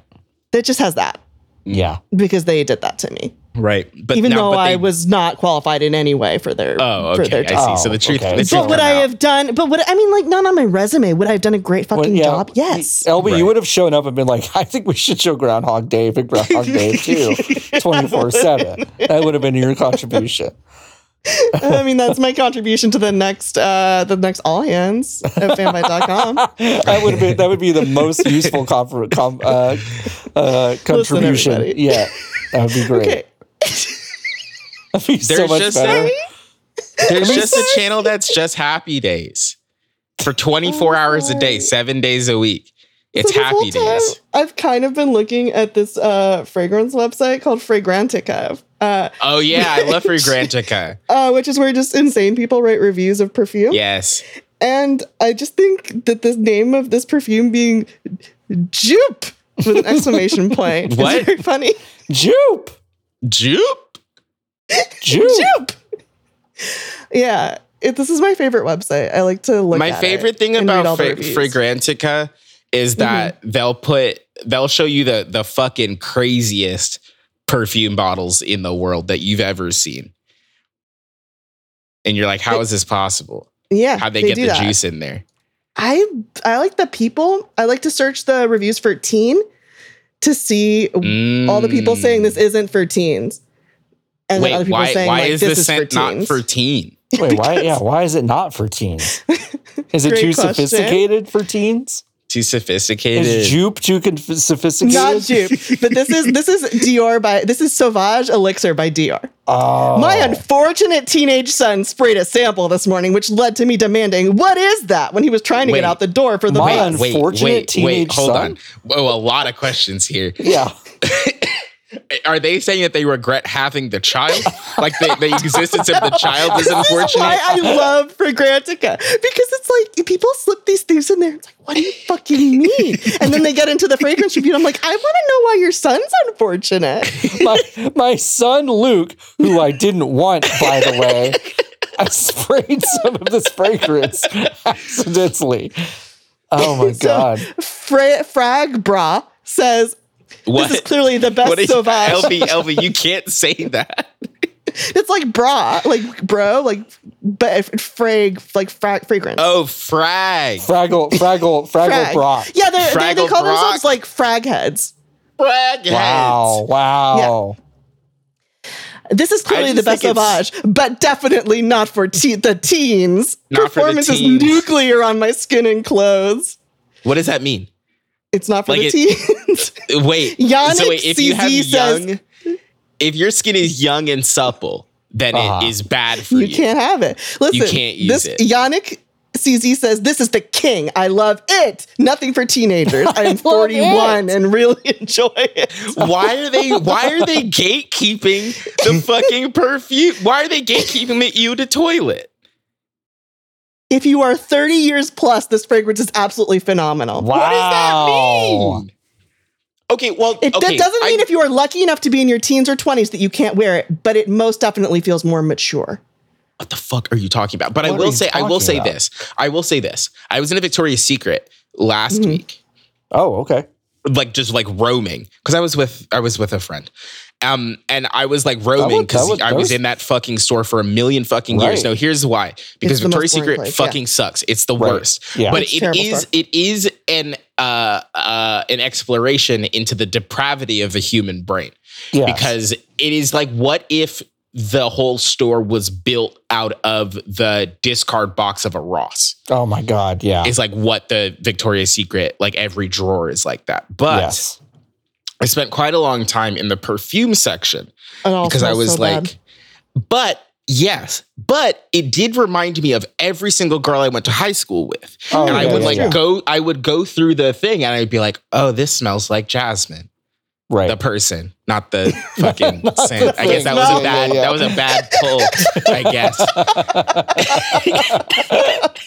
That just has that
Yeah.
because they did that to me,
Right. But
even
now-
though
but they-
I was not qualified in any way for their
Oh,
for their
okay. I see.
job.
so the truth,
okay.
the
But
truth
But would
come
I
out.
have done? But would I mean, like, not on my resume. Would I have done a great fucking
Well, yeah.
job? Yes.
LB, you
Right.
would have shown up and been like, I think we should show Groundhog Day and Groundhog Day 2 24 7. That would have been your contribution.
I mean, that's my contribution to the next uh the next all hands at fanbite.com.
that would have been that would be the most useful com- com- uh, uh, contribution.
everybody.
yeah, that would be great.
Okay.
That'd be so
There's
much
just
better.
a, there's just a channel that's just happy days for 24 hours a day, seven days a week. It's
Oh, So this whole
happy days.
I've kind of been looking at this uh, fragrance website called Fragrantica, uh,
Oh yeah, I love Fragrantica.
uh, which is where just insane people write reviews of perfume.
Yes,
And I just think that the name of this perfume being Jupe with an exclamation point
What?
is very funny.
Jupe,
Jupe.
Jupe.
Jupe. Yeah. It, this is my favorite website. I like to look
My
at it
favorite thing
and read
about
all the
Fra-
reviews. Mm-hmm.
Fragrantica is that they'll put they'll show you the the fucking craziest perfume bottles in the world that you've ever seen. And you're like, how is this possible?
Yeah.
How'd they, get
do
the
that.
juice in there?
I I like the people. I like to search the reviews for teen to see all the people
Mm.
saying this isn't for teens. And
Wait,
then other people
why,
saying
why
like,
is
this
the
is for
scent not
teens.
for teen?
Wait, why? Yeah, why is it not for teens? Is it
Great
too
question.
sophisticated for teens?
Too sophisticated.
Is Jupe too conf- sophisticated?
Not dupe, but this is this is Dior by this is Sauvage Elixir by Dior.
Oh.
My unfortunate teenage son sprayed a sample this morning, which led to me demanding, "What is that?" When he was trying to
Wait.
get out the door for the
My
bus.
unf- unfortunate teenage
hold
son?
on. Whoa, a lot of questions here.
yeah.
Are they saying that they regret having the child? Like the, the existence of the child is
That's why
unfortunate?
I love Fragrantica because it's like people slip these things in there. It's like, what do you fucking mean? And then they get into the fragrance review. And I'm like, I want to know why your son's unfortunate.
my my son Luke, who I didn't want, by the way, I sprayed some of this fragrance accidentally. Oh my god!
Fra- Frag Bra says
What?
this is clearly the best
what is,
Sauvage.
LB, LB, you can't say that.
It's like bra, like bro, like but f- frag, like frag fragrance.
Oh, frag.
Fraggle, Fraggle, Fraggle
frag.
Brock.
Yeah, they're, they they
Fraggle
call
Brock.
themselves like frag heads.
Frag
Wow! Wow!
This is clearly the
just
best
think it's-
Sauvage, but definitely not for te- the teens.
Not for the
Performance
teens.
is nuclear on my skin and clothes.
heads. What does that mean?
It's not for
Like
the teens.
Wait.
Yannick
so wait, if you have
CZ says-
young, if your skin is young and supple, then
Uh-huh.
it is bad for
you
you.
can't have it. Listen,
can't use
this,
it.
Yannick CZ says, This is the king. I love it. Nothing for teenagers. I am 41 and really enjoy it.
Why are they? Why are they gatekeeping the fucking perfume? Why are they gatekeeping the you to toilet?
If you are 30 years plus, this fragrance is absolutely phenomenal.
Wow!
What does that
Oh.
mean? Okay, well,
It that
okay,
doesn't
I-
mean if you are lucky enough to be in your teens or 20s that you can't wear it, but it most definitely feels more mature.
what the fuck are you talking about? But I
What are
will
you
say, I will
talking
say
about?
this. I will say this. I was in a Victoria's Secret last
Mm-hmm.
week,
Oh, okay.
like just like roaming, because I was with I was with a friend, um, and I was like
That
roaming
would- that
because
would-
I
that
was
was-
in that fucking store for a million fucking years.
Right.
No, here's why: because
the most
Victoria's
boring
Secret
place, yeah.
fucking sucks. It's the
Right.
worst.
Yeah.
But
It's
it
terrible
is
store.
it is an uh, uh, an exploration into the depravity of the human brain
yeah.
because it is like what if the whole store was built out of the discard box of a Ross?
oh my god! Yeah.
It's like what the Victoria's Secret, like every drawer is like that. But
yes.
I spent quite a long time in the perfume section
It all
because I
smells
was
so
like,
bad.
but yes, but it did remind me of every single girl I went to high school with.
Oh,
and I
yeah,
would
yeah,
like
yeah.
go, I would go through the thing and I'd be like, oh, this smells like jasmine.
Right.
The person, not the fucking scent. I
thing.
guess that was
Yeah,
a bad
yeah,
that was a bad pull, I guess. but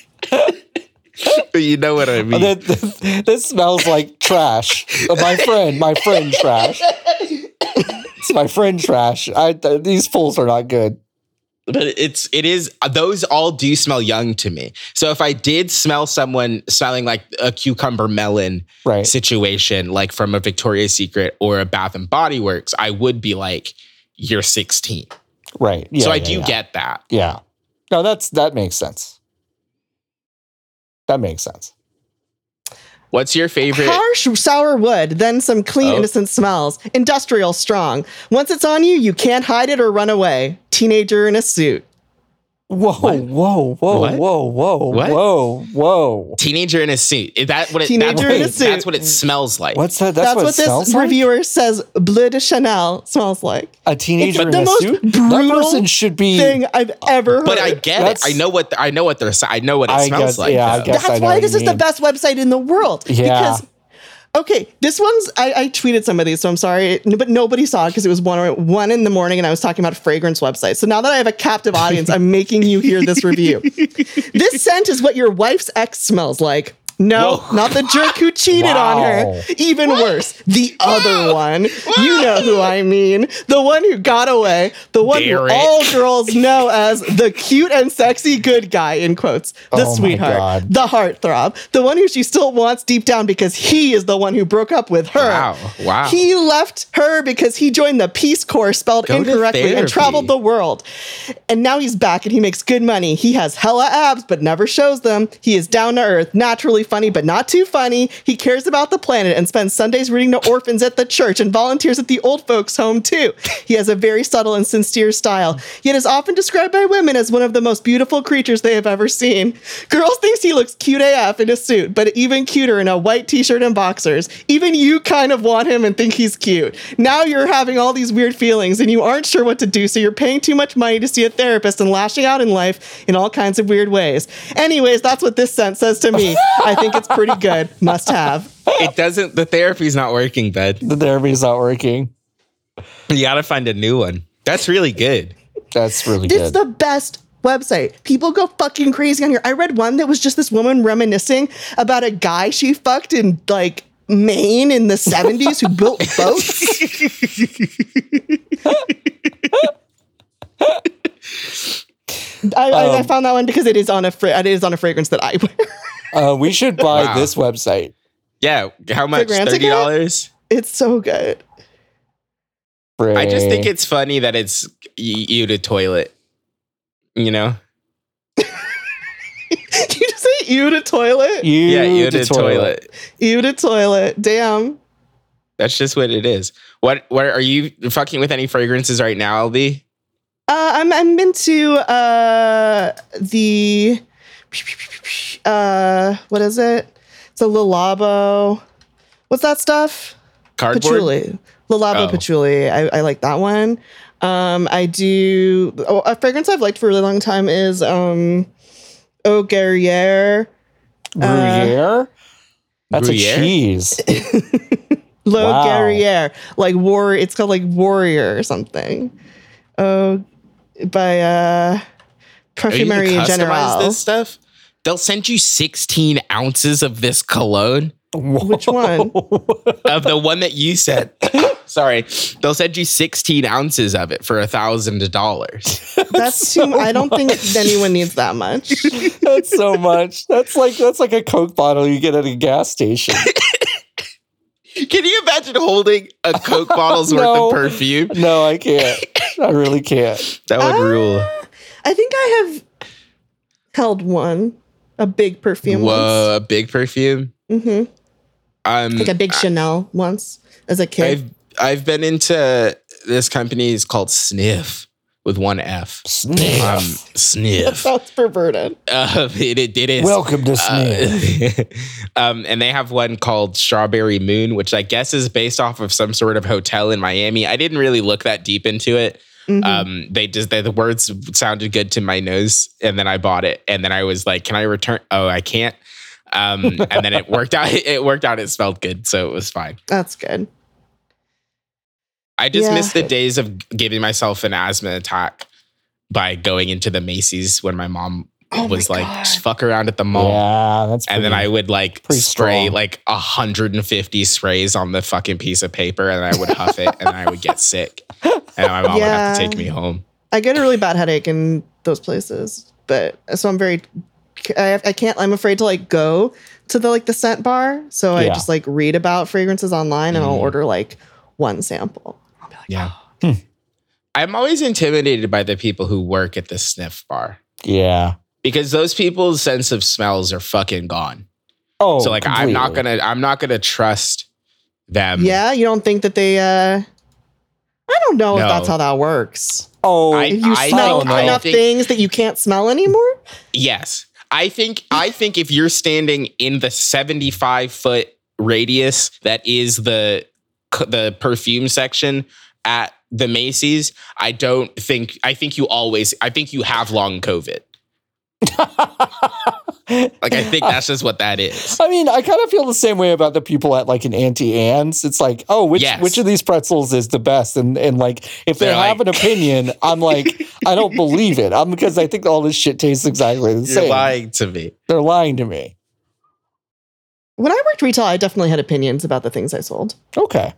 you know what I mean.
Oh, that, that- that smells like trash. Uh, My friend, my friend trash. It's my friend trash. I, th- these pulls are not good.
but it's it is those all do smell young to me. So if I did smell someone smelling like a cucumber melon
Right.
situation, like from a Victoria's Secret or a Bath and Body Works, I would be like, "You're 16."
Right. Yeah,
so I
yeah,
do
yeah.
get that.
Yeah. No, that's that makes sense. That makes sense.
What's your favorite?
Harsh sour wood, then some clean
Oh.
innocent smells. Industrial strong. Once it's on you, you can't hide it or run away. Teenager in a suit.
Whoa, whoa, whoa,
What?
whoa, whoa,
What?
whoa, whoa.
Teenager in a suit. Is that what it?
Teenager
that's,
in a
That's
suit.
what it smells like.
What's that? That's,
That's,
what,
what,
it smells
this
like?
reviewer says Bleu de Chanel smells like.
A teenager in
the
a
most
suit. That
brutal
person should be.
Thing I've ever heard.
but I get it.
That's-
I know what the, I know what they're. I know what it
I
smells
guess-
like.
yeah, I
though.
guess. Yes,
That's
know
why
what
this
you
is the
mean.
best website in the world.
Yeah.
Because okay, this one's I, I tweeted some of these, so I'm sorry, n- but nobody saw it because it was one or- one in the morning, and I was talking about fragrance websites. So now that I have a captive audience, I'm making you hear this review. this scent is what your wife's ex smells like. No,
Whoa.
not the jerk who cheated on
Wow.
her. Even worse, the other one. You know who I mean. The one who got away. The one
Derek.
who all girls know as the cute and sexy good guy, in quotes. The
Oh my
sweetheart
God.
the heartthrob, the one who she still wants deep down because he is the one who broke up with her.
Wow, wow.
He left her because he joined the Peace Corps spelled
Go to
incorrectly and
therapy.
traveled the world. And now he's back and he makes good money. He has hella abs but never shows them. He is down to earth, naturally funny, but not too funny. He cares about the planet and spends Sundays reading to orphans at the church and volunteers at the old folks' home, too. He has a very subtle and sincere style, yet is often described by women as one of the most beautiful creatures they have ever seen. Girls thinks he looks cute AF in a suit, but even cuter in a white t-shirt and boxers. Even you kind of want him and think he's cute. Now you're having all these weird feelings and you aren't sure what to do, so you're paying too much money to see a therapist and lashing out in life in all kinds of weird ways. Anyways, that's what this sentence says to me. I think it's pretty good. Must have.
It doesn't. The therapy's not working, bud.
The therapy's not working.
You gotta find a new one. That's really good.
That's really
It's
good.
the best website. People go fucking crazy on here. I read one that was just this woman reminiscing about a guy she fucked in like Maine in the 70s who built boats. I, I, I
Um,
found that one because it is on a fra- it is on a fragrance that I wear.
uh, we should buy
Wow.
this website
Yeah. How much?
Grant's
Thirty dollars.
It's so good.
for
I just think
a-
it's funny that it's y- you to toilet. You know.
Did you just say you to toilet?
you
yeah, you
to toilet.
You to toilet. Damn.
That's just what it is. What? What are you fucking with any fragrances right now, LB?
Uh, I'm I'm into uh, the uh, what is it? It's a Lalabo. What's that stuff?
Cardboard.
Patchouli.
Oh.
Lalabo patchouli. I, I like that one. Um, I do oh, a fragrance I've liked for a really long time is um, Eau Guerrier
Gruyere. That's
Gruyere?
a cheese.
Le
Wow.
Guerrier, like war. It's called like Warrior or something. Oh, by uh,
Are you
Perfumerie
gonna
Generale.
customize this stuff? They'll send you 16 ounces of this cologne
Which one?
of the one that you said. Sorry, they'll send you 16 ounces of it for a thousand dollars.
That's too. I don't think anyone needs that much.
That's so much. That's like that's like a Coke bottle you get at a gas station.
Can you imagine holding a Coke bottle's
No.
worth of perfume?
No, I can't. I really can't.
That would
Ah.
rule.
I think I have held one, a big perfume
Whoa, a big perfume.
once, hmm
Um,
like a big Chanel once as a kid.
I've I've been into this company. It's called Sniff with one F. Um, Sniff.
Sounds perverted.
Uh, Um, it, it, it is.
Welcome to Sneak.
Uh, um, and they have one called Strawberry Moon, which I guess is based off of some sort of hotel in Miami. I didn't really look that deep into it.
Mhm.
Um, they just they, the words sounded good to my nose, and then I bought it, and then I was like, "Can I return?" Oh, I can't. Um, and then it worked out. It worked out. It smelled good, so it was fine.
That's good.
I just
Yeah.
miss the days of giving myself an asthma attack by going into the Macy's when my mom
Oh my
was like,
God.
"Just fuck around at the mall."
Yeah, that's
and then I
pretty-
would like
pretty
spray
strong.
like 150 sprays on the fucking piece of paper and I would huff it and I would get sick. And my mom would have to
Yeah.
take me home.
I get a really bad headache in those places, but so I'm very. I, I can't. I'm afraid to like go to the like the scent bar, so I
Yeah.
just like read about fragrances online and I'll
Mhm.
order like one sample. I'll be like, "Oh."
Yeah.
Hmm.
I'm always intimidated by the people who work at the sniff bar
yeah.
because those people's sense of smells are fucking gone.
Oh,
so like I'm not
completely.
gonna I'm not gonna trust them.
Yeah, you don't think that they uh I don't know
No.
if that's how that works.
Oh,
I-
If you smell
don't know.
enough
think-
things that you can't smell anymore?
Yes. I think I think if you're standing in the 75 foot radius that is the the perfume section at the Macy's, I don't think I think you always I think you have long covid. Like I think that's just what that is.
I mean, I kind of feel the same way about the people at like an Auntie Anne's. It's like, oh, which
Yes.
which of these pretzels is the best? And and like, if they
They're
have
like-
an opinion, I'm like, I don't believe it. I'm because I think all this shit tastes exactly the
You're
same.
lying to me.
They're lying to me.
When I worked retail, I definitely had opinions about the things I sold.
Okay,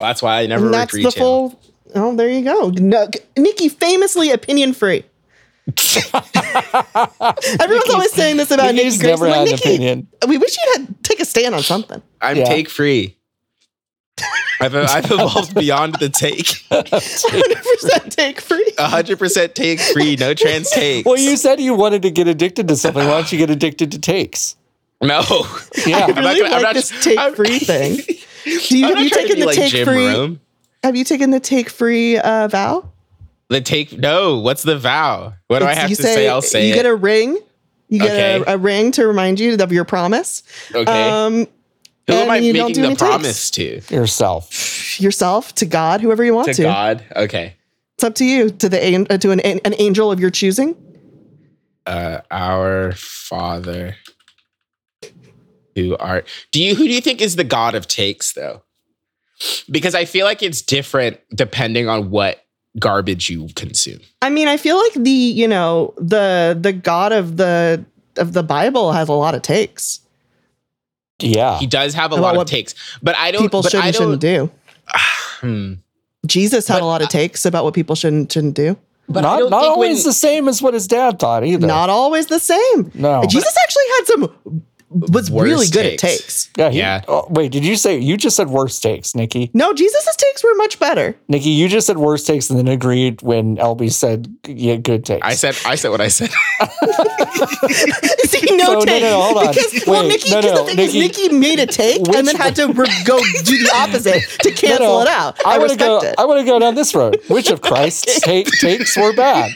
That's why I never
and
worked
that's
retail.
the full Oh, there you go. No, Nikki famously opinion free. Everyone's always saying this about Nikki.
Nikki's
Grace.
never
I'm like,
had an
Nikki,
opinion.
we wish you had take a stand on something.
I'm
Yeah.
take free. I've, I've evolved beyond the take.
100% take free.
Uh, 100% take free, no trans takes.
Well, you said you wanted to get addicted to something. Why don't you get addicted to takes?
no.
Yeah.
I
not
really
gonna- I'm
like
not-
this take
I'm-
free thing. Do you,
I'm
have
not trying
you
to
taken
be
the
like
take
Jim
free?
Rome.
Have you taken the take free uh, vow?
The take no. What's the vow? What do I
It's-
have
you
to say, I'll say
you
it.
get a ring. You get
Okay.
a, a ring to remind you of your promise.
okay.
Um,
Who am
and
I
you don't
making
do
the
any takes.
promise to?
Yourself.
yourself to God, whoever you want
To
to.
God. Okay.
It's up to you to the an- uh, to an, an angel of your choosing.
Uh, our Father, who art. Do you who do you think is the God of takes though? Because I feel like it's different depending on what garbage you consume.
I mean, I feel like the you know the the God of the of the Bible has a lot of takes.
Yeah.
He does have a
About
lot of
what
takes, but I don't.
People
but
should
I
and shouldn't
don't.
do.
Hmm.
Jesus had
But
a lot of takes about what people shouldn't shouldn't do.
But I
not
don't
not
think
always
when-
the same as what his dad thought either.
Not always the same.
no.
Jesus actually had some was
Worse
really good at
takes.
takes.
yeah. he-
Yeah.
oh, wait, did you say you just said worst takes, Nikki?
No, Jesus's takes were much better.
Nikki, you just said worst takes and then agreed when LB said yeah, good takes.
I said. I said what I said.
See, no,
So, no,
take
no, hold on.
because well,
Wait,
Nikki,
no,
because
no,
the thing
Nikki-
is, Nikki made a take
Which
and then had to re- go do the opposite to
No,
cancel
no,
it out. I,
wanna
respect
go.
it.
I want to go down this road. Which of Christ's ta- takes were bad?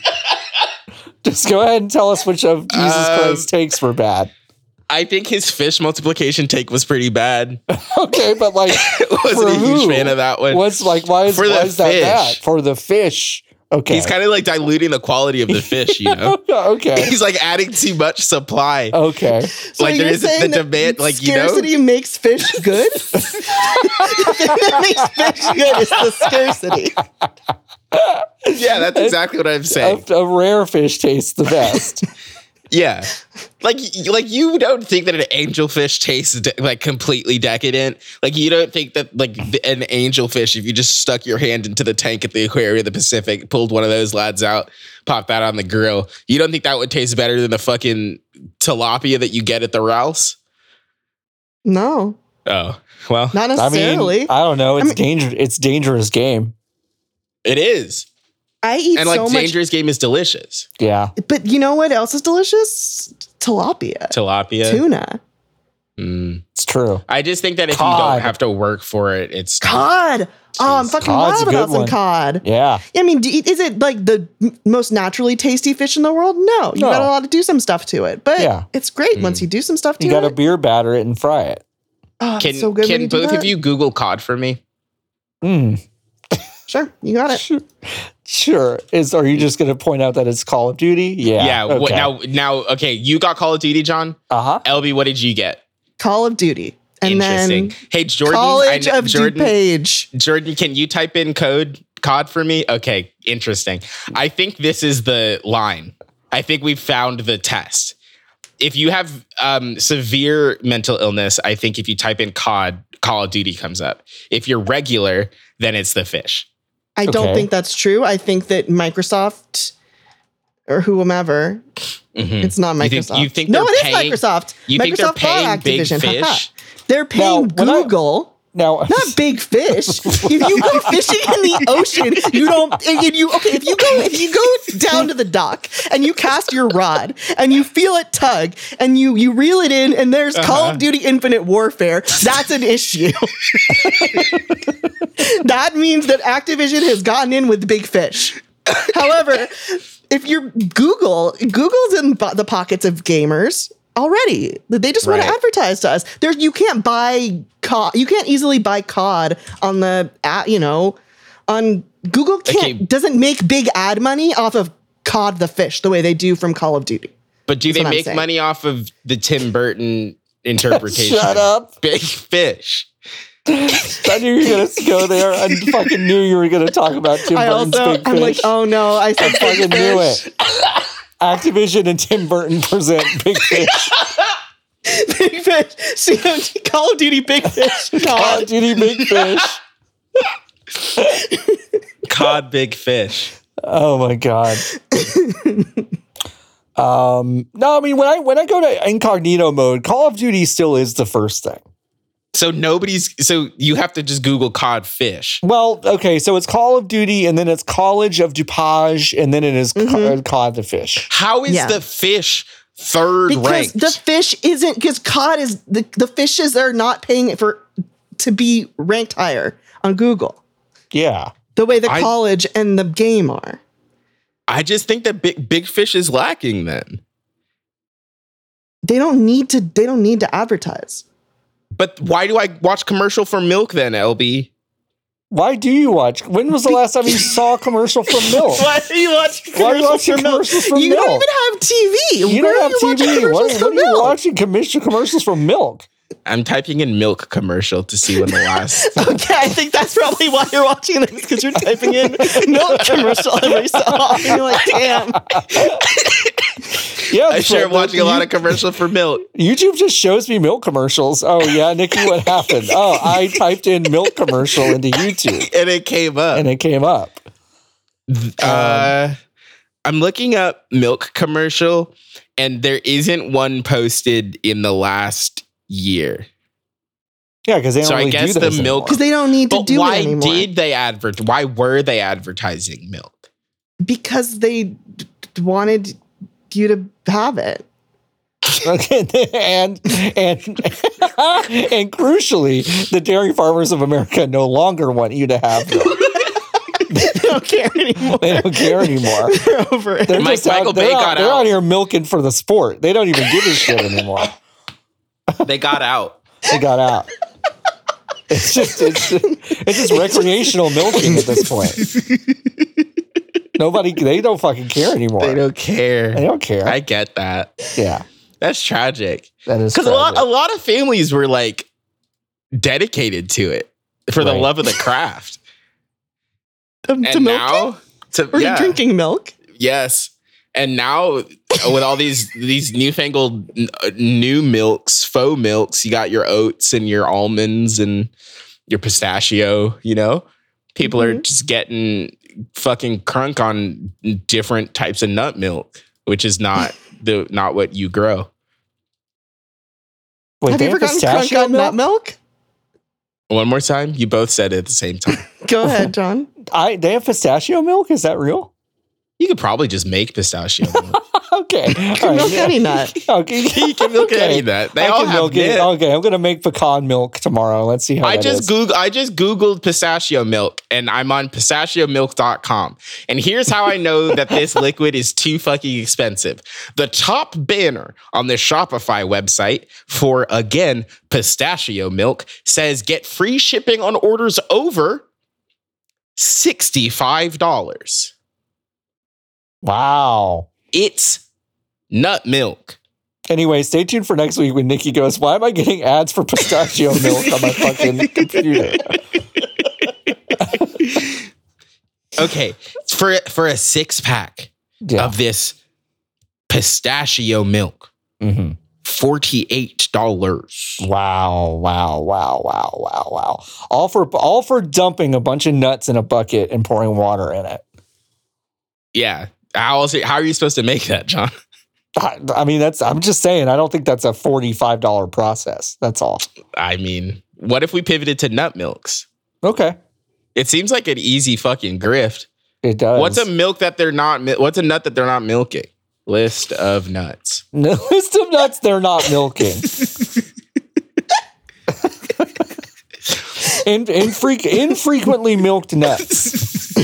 Just go ahead and tell us which of Jesus
Um,
Christ's takes were bad.
I think his fish multiplication take was pretty bad.
Okay, but like,
Wasn't
for
a huge
who?
fan of that one.
What's like? Why is,
For the
why is that
fish.
bad for the fish? Okay,
He's kind of like diluting the quality of the fish, you know?
okay,
He's like adding too much supply.
okay.
Oh. So
like
you're
there isn't the
saying that
demand, like you know.
scarcity makes fish good. the thing that makes fish good is the scarcity.
Yeah, that's exactly what I'm
A,
saying.
a rare fish tastes the best.
Yeah, like y- like you don't think that an angelfish tastes de- like completely decadent. Like you don't think that like the, an angelfish, if you just stuck your hand into the tank at the aquarium of the Pacific, pulled one of those lads out, popped that on the grill, you don't think that would taste better than the fucking tilapia that you get at the Rouse?
No,
Oh well,
not
I mean,
necessarily. I,
I don't know. It's
mean-
dangerous. It's dangerous game.
it is,
eat
and like
so much,
dangerous game is delicious.
Yeah,
but you know what else is delicious? Tilapia,
Tilapia.
tuna,
Mm.
it's true.
I just think that if you
Cod.
don't have to work for it, it's
cod. Oh, I'm fucking
Cod's a
wild
good
about some
one.
cod.
Yeah,
I mean, do you- is it like the m- most naturally tasty fish in the world? No, you
No.
got a lot to do some stuff to it, but
Yeah. Mm.
it's great once you do some stuff to
you got to
it.
beer batter it and fry it.
oh,
Can
it's so good when
can
you do
both of
that.
you Google cod for me?
Mm,
Sure, you got it.
sure. Is are you just going to point out that it's Call of Duty? Yeah.
Yeah. What, now now okay, you got Call of Duty, John.
Uh huh.
LB, what did you get?
Call of Duty, and
Interesting.
then
hey Jordan, I
College
kn-
of
Jordan,
DuPage.
Jordan, can you type in code cod for me? Okay, interesting. I think this is the line. I think we've found the test. If you have um, severe mental illness, I think if you type in cod, Call of Duty comes up. If you're regular, then it's the fish.
I don't
Okay.
think that's true. I think that Microsoft or whomever,
Mhm.
it's not
You think-
Microsoft.
you think
no,
they're
it is
paying-
Microsoft.
you
Microsoft
think they're
bought
paying Big
Activision. haha.
Fish?
They're paying
when I-
Google.
Now,
not big fish. if you go fishing in the ocean, you don't. And and you okay? If you go, if you go down to the dock and you cast your rod and you feel it tug and you you reel it in, and there's Call of Duty Infinite Warfare. That's an issue. that means that Activision has gotten in with big fish. However, if you're Google, Google's in bo- the pockets of gamers already. They just want to
Right.
advertise to us. There, you can't buy cod. You can't easily buy cod on the at you know on Google can't
Okay.
doesn't make big ad money off of cod the fish the way they do from Call of Duty.
But do
what I'm
they make
saying.
money off of the Tim Burton interpretation?
shut up.
Big fish.
I knew you were gonna go there. I fucking knew you were gonna talk about Tim
I
Burton's
also
Big
I'm like
Fish.
oh no I said
I fucking
big
knew
fish.
it. Activision and Tim Burton present Big Fish.
Big fish. See, Call of Duty big fish.
Call
Cod.
of Duty Big Fish.
Cod big fish.
Oh my god. um, no, I mean when I when I go to incognito mode, Call of Duty still is the first thing.
So nobody's. So you have to just Google codfish.
Well, okay, so it's Call of Duty, and then it's College of Dupage, and then it is
Mm-hmm.
co- Cod the Fish.
How is
Yeah.
the fish third
because
ranked?
the fish isn't because cod is the, the fishes are not paying for to be ranked higher on Google
Yeah.
the way the
I-
college and the game are.
I just think that big big fish is lacking. Then,
They don't need to. They don't need to advertise.
but why do I watch commercial for milk then, LB?
Why do you watch? When was the last time you saw a commercial for milk?
do you watch
Oh. Why are you watching commercials for
you
milk?
don't even have TV.
you
Where
don't
are
have TV.
watching
What,
commercials
what
for
are you
milk?
watching commercial commercials for milk?
I'm typing in milk commercial to see when the last.
Okay, I think that's probably why you're watching this because you're typing in milk commercial every so often. You're like, damn.
Yeah,
I
that's
sure
right.
am watching a lot of
You-
commercial for milk.
YouTube just shows me milk commercials. Oh yeah, Nikki, what happened? Oh, I typed in milk commercial into YouTube,
and it came up.
and it came up.
um,
uh, I'm looking up milk commercial, and there isn't one posted in the last year.
Yeah, because they don't
So I
really
guess
do
the
those
milk-
Because they don't need to
But
do it
why
anymore.
did they advert? Why were they advertising milk?
Because they d- d- wanted you to have it.
Okay, and and and crucially, the dairy farmers of America no longer want you to have milk.
they don't care anymore.
They don't care anymore.
They're over it.
They're
Mike-
just out-
Michael Bay
they're out,
got
they're
out.
out here milking for the sport. They don't even give a shit anymore.
They got out.
They got out. It's just it's it's just recreational milking at this point. Nobody they don't fucking care anymore.
They don't
They
care.
don't care.
I get that.
yeah,
That's tragic.
that is
Because a lot, a
tragic.
lot of families were like dedicated to it for the
Right.
love of the craft.
Um, to
and
milk
now,
it?
to
Or
yeah.
drinking milk?
Yes. And now with all these these newfangled n- uh, new milks, faux milks, you got your oats and your almonds and your pistachio, you know? People
Mm-hmm.
are just getting fucking crunk on different types of nut milk, which is not the not what you grow.
Wait,
have
they
you ever gotten
pistachio
crunk on
milk?
nut milk?
One more time, you both said it at the same time.
Go ahead, John.
I they have pistachio milk. Is that real?
You could probably just make pistachio milk.
Okay, All right,
milk
yeah.
any nut.
Okay,
you can milk
Okay.
any nut. They
I
all
can
have
milk it.
nit.
Okay, I'm gonna make pecan milk tomorrow. Let's see how
I
that
just
is.
Google I just Googled pistachio milk and I'm on pistachiomilk.com. And here's how I know that this liquid is too fucking expensive. The top banner on the Shopify website for again pistachio milk says get free shipping on orders over $65.
wow.
It's nut milk.
Anyway, stay tuned for next week when Nikki goes. Why am I getting ads for pistachio milk on my fucking computer?
Okay, for for a six pack
Yeah.
of this pistachio milk.
hmm
$48.
Wow! Wow! Wow! Wow! Wow! Wow! All for all for dumping a bunch of nuts in a bucket and pouring water in it.
Yeah. How else, how are you supposed to make that, John?
I, I mean, that's. I'm just saying. I don't think that's a forty-five dollar process. That's all.
I mean, what if we pivoted to nut milks?
Okay.
It seems like an easy fucking grift.
It does.
What's a milk that they're not mi- what's a nut that they're not milking? List of nuts.
list of nuts they're not milking? In, infrequ- infrequently milked nuts.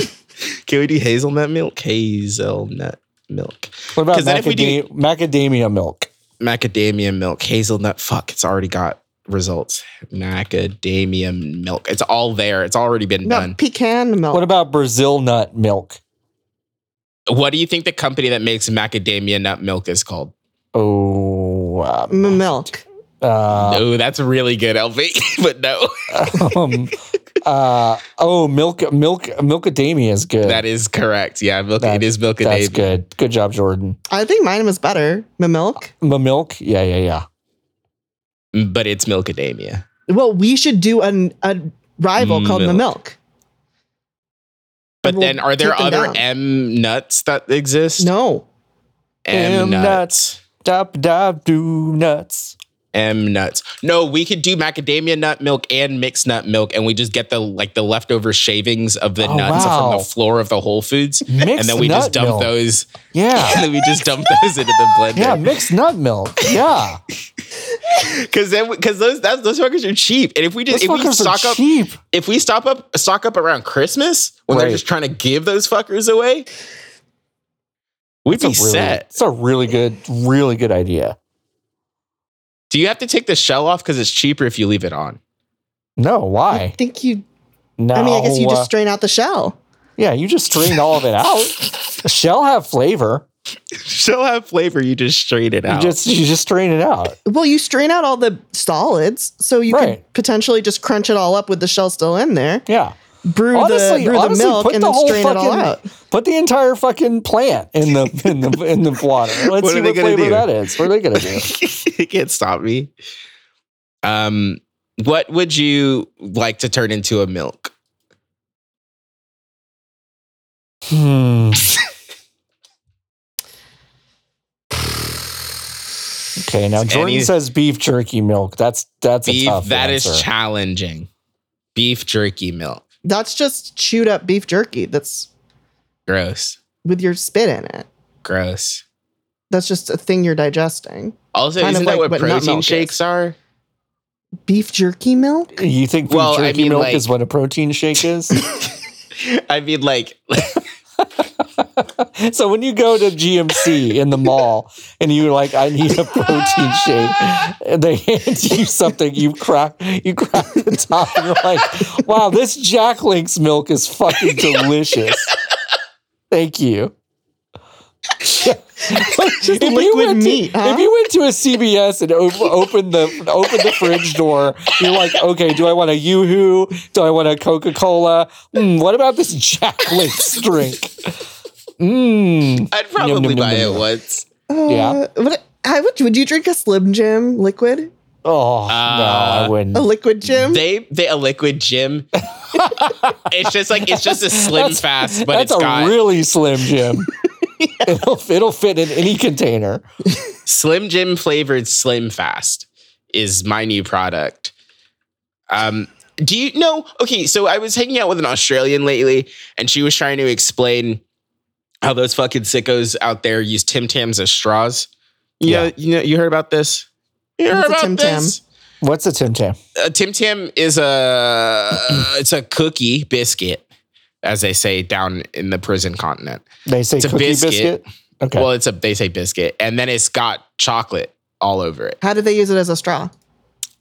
Can we do hazelnut milk? Hazelnut milk.
What about
'Cause then if we do-
macadam- macadamia milk?
Macadamia milk. Hazelnut. Fuck. It's already got results. Macadamia milk. It's all there. It's already been
No,
done.
pecan milk.
What about Brazil nut milk?
What do you think the company that makes macadamia nut milk is called?
Oh, um,
M- milk?
uh,
oh, that's really good, LV. but no,
um, uh, oh, milk, milk, milkadamia is good.
that is correct. Yeah, milk.
That-
it is milk and
That's
Dave.
good. Good job, Jordan.
I think mine was better. M- milk.
M- milk? Yeah, yeah, yeah.
but it's milkadamia.
Well, we should do an, a rival called the
Milk.
milk.
But
We'll
then, are there
take them
other
down.
M nuts that exist?
No.
M
M
nuts.
Dab dab do nuts.
M nuts. No, we could do macadamia nut milk and mixed nut milk, and we just get the like the leftover shavings of the
Oh,
nuts
wow.
from the floor of the Whole Foods, and
Mixed
then we just
nut
dump
milk.
those.
Yeah.
And then we just dump those into the blender.
Yeah, mixed nut milk. Yeah,
Because then, because those that's, those fuckers are cheap, and if we
those
just if we
fuckers are
stock up,
cheap.
if we stop up, stock up around Christmas when
Right.
they're just trying to give those fuckers away, we'd
It's a
be
really,
set.
It's a really good, really good idea.
Do you have to take the shell off because it's cheaper if you leave it on?
No,
I
why?
think you.
No,
I mean, I guess you
uh,
just strain out the shell.
yeah, you just strain all of it out. Shell have flavor.
Shell have flavor. You just straight it
You just you just strain it out.
Well, you strain out all the solids, so you
Right.
could potentially just crunch it all up with the shell still in there.
Yeah.
Brew
honestly,
the brew
honestly,
the milk
put
and
the
then
whole
strain it all
fucking-
out.
Put the entire fucking plant in the in the in the water. Let's
What are
see
they
what
gonna
flavor
do?
that is. What are they gonna do?
it can't stop me. Um, what would you like to turn into a milk?
Hmm. okay, now
It's
Jordan
any-
says beef jerky milk. That's that's a
Beef.
tough
That is
answer.
challenging. Beef jerky milk.
That's just chewed up beef jerky. That's
Gross.
with your spit in it.
Gross.
That's just a thing you're digesting.
Also,
Kind of
isn't that what
like what nut milk
protein
is.
shakes are?
Beef jerky milk?
you think beef
Well, I
jerky
mean,
milk
like-
is what a protein shake is?
I mean, like,
so when you go to GMC in the mall and you're like, I need a protein shake, and they hand you something, you crack, you crack the top, and you're like, wow, this Jack Link's milk is fucking delicious. Thank you. if
liquid
went to-
meat, huh?
If you went to a CBS and op- opened the opened the fridge door, you're like, okay, do I want a YooHoo? Do I want a Coca Cola? Mm, what about this Jack Link's drink? Mmm.
I'd probably
nom,
buy
nom,
it
nom.
once.
Uh,
Yeah.
What, how would would you drink a Slim Jim liquid?
Oh no, I
Uh,
wouldn't.
A liquid Jim?
They they a liquid gym. it's just like it's just a slim
That's-
fast, but
That's
it's
a
got
really slim Jim. it'll, it'll fit in any container.
Slim Jim flavored Slim Fast is my new product. Um, do you know? Okay, so I was hanging out with an Australian lately, and she was trying to explain how those fucking sickos out there use Tim Tams as straws. You
Yeah.
know, you know, you heard about this. You heard
What's a
about
Tim Tam?
this?
What's a Tim Tam?
a Tim Tam is a it's a cookie biscuit, as they say down in the prison continent.
They say
It's a
cookie biscuit.
biscuit.
Okay.
Well, it's a they say biscuit, and then it's got chocolate all over it.
How do they use it as a straw?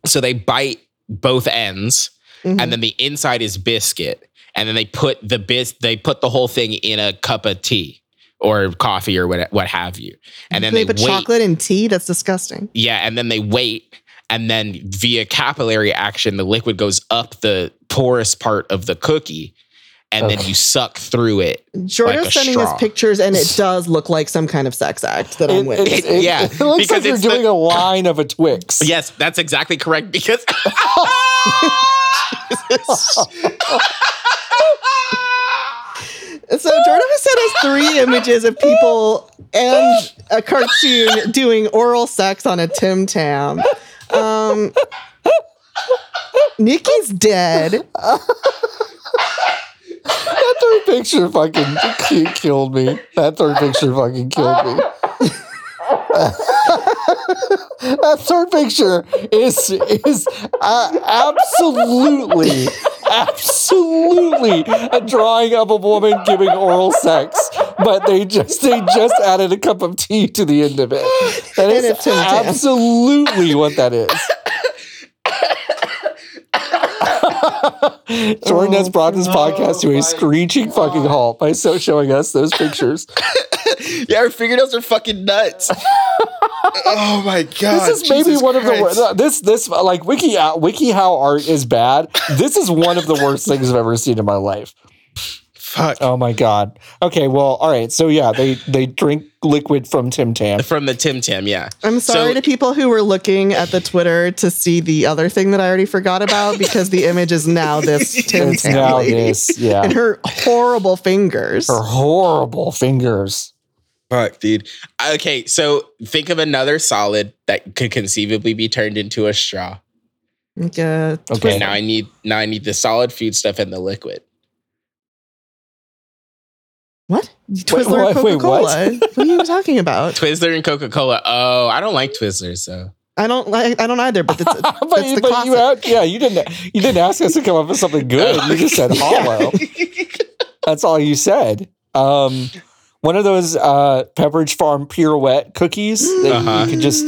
So they bite both ends,
Mhm.
and then the inside is biscuit, and then they put the bis they put the whole thing in a cup of tea or coffee or what what have you, and then
Do
they,
they put
wait.
chocolate in tea? That's disgusting.
Yeah, and then they wait, and then via capillary action, the liquid goes up the porous part of the cookie, and then
Okay.
you suck through it.
Jordan's
Like a
sending
straw.
us pictures, and it does look like some kind of sex act that I'm
It,
with.
it, it-
Yeah,
it looks like
because
you're
it's the-
doing a line of a Twix.
Yes, that's exactly correct because
So Jordan has sent us three images of people and a cartoon doing oral sex on a Tim Tam. Um, Nikki's dead.
That third picture fucking ki- killed me. That third picture fucking killed me. that third picture is is uh, absolutely, absolutely a drawing of a woman giving oral sex, but they just they just added a cup of tea to the end of it. That
And a
is
Tim Tam.
absolutely what that is. Jordan has brought this podcast to a screeching fucking halt by so showing us those pictures.
yeah, our fingernails are fucking nuts. oh my god,
this is maybe
Jesus
one of the
Christ.
worst. This this like wiki WikiHow art is bad. This is one of the worst things I've ever seen in my life.
Fuck.
Oh my god. Okay. Well. All right. So yeah, they they drink liquid from Tim Tam.
From the Tim Tam, yeah.
I'm
So-
sorry to people who were looking at the Twitter to see the other thing that I already forgot about because the image is now this Tim
It's
Tam
now
lady
this. Yeah.
and her horrible fingers.
Her horrible fingers.
Fuck, dude. Okay, so think of another solid that could conceivably be turned into a straw.
Like uh, a
Okay.
Now I need now I need the solid food stuff and the liquid.
what? Twizzler
wait,
Coca
wait,
Cola.
what?
What? are you talking about?
Twizzler and Coca Cola. Oh, I don't like Twizzlers so
I don't like. I don't either. But that's, that's
but
the
but
classic.
you had, yeah, you didn't you didn't ask us to come up with something good. You just said hollow. That's all you said. Um, one of those uh, Pepperidge Farm pirouette cookies that
Uh-huh.
you could just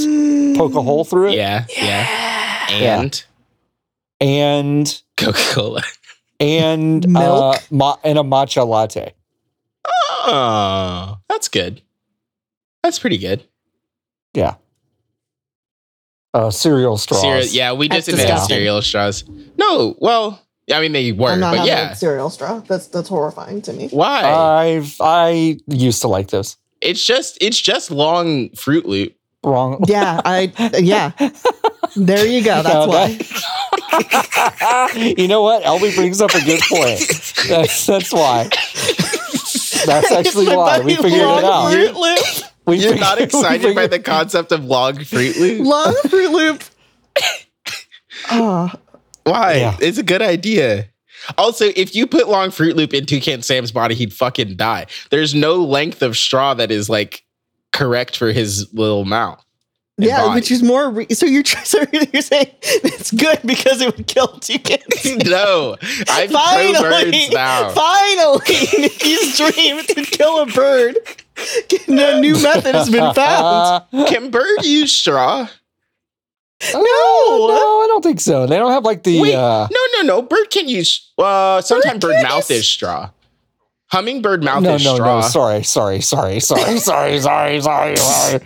poke a hole through it.
Yeah, yeah. And
And
Coca Cola.
and
Milk.
uh, ma- and a matcha latte.
Oh, that's good. That's pretty good.
Uh, cereal straws.
Cereal, yeah, we
That's
just invented
disgusting.
cereal straws. No, well, I mean they were,
I'm not
but
having
yeah.
a cereal Uh, straw. That's that's horrifying to me.
Why?
I've I used to like those.
it's just it's just long Fruit Loop.
Wrong.
Yeah, I yeah. There you go. That's
No,
why.
that- you know what? Elby brings up a good point. That's that's why. That's actually why we figured it
Long
out.
Fruit Loop.
We
You're not
figured- we
excited by
figured-
the concept of long Fruit Loop?
Long Fruit Loop. Oh,
Why?
Yeah.
It's a good idea. Also, if you put long Fruit Loop into Toucan Sam's body, he'd fucking die. There's no length of straw that is like correct for his little mouth. and
yeah,
body.
which is more. Re- so you're tr- so you're saying it's good because it would kill toucans.
no, I'm pro
Finally,
birds now.
finally, Nikki's dream to kill a bird. A new method has been found.
Can bird use straw?
no, no, I don't think so. They don't have like the.
Wait,
uh,
no, no, no. Bird can use. Uh, sometimes bird,
can
mouth
use-
is straw. Hummingbird mouth
no,
is
no,
straw.
no. Sorry, sorry, sorry, sorry, sorry, sorry, sorry, sorry.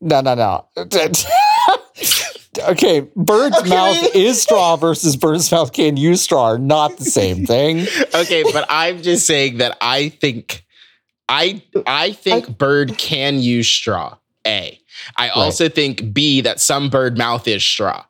No, no, no. okay, bird's
Okay.
mouth is straw versus bird's mouth can use straw are not the same thing.
okay, but I'm just saying that I think I I think bird can use straw. A. I also think B that some bird mouth is straw.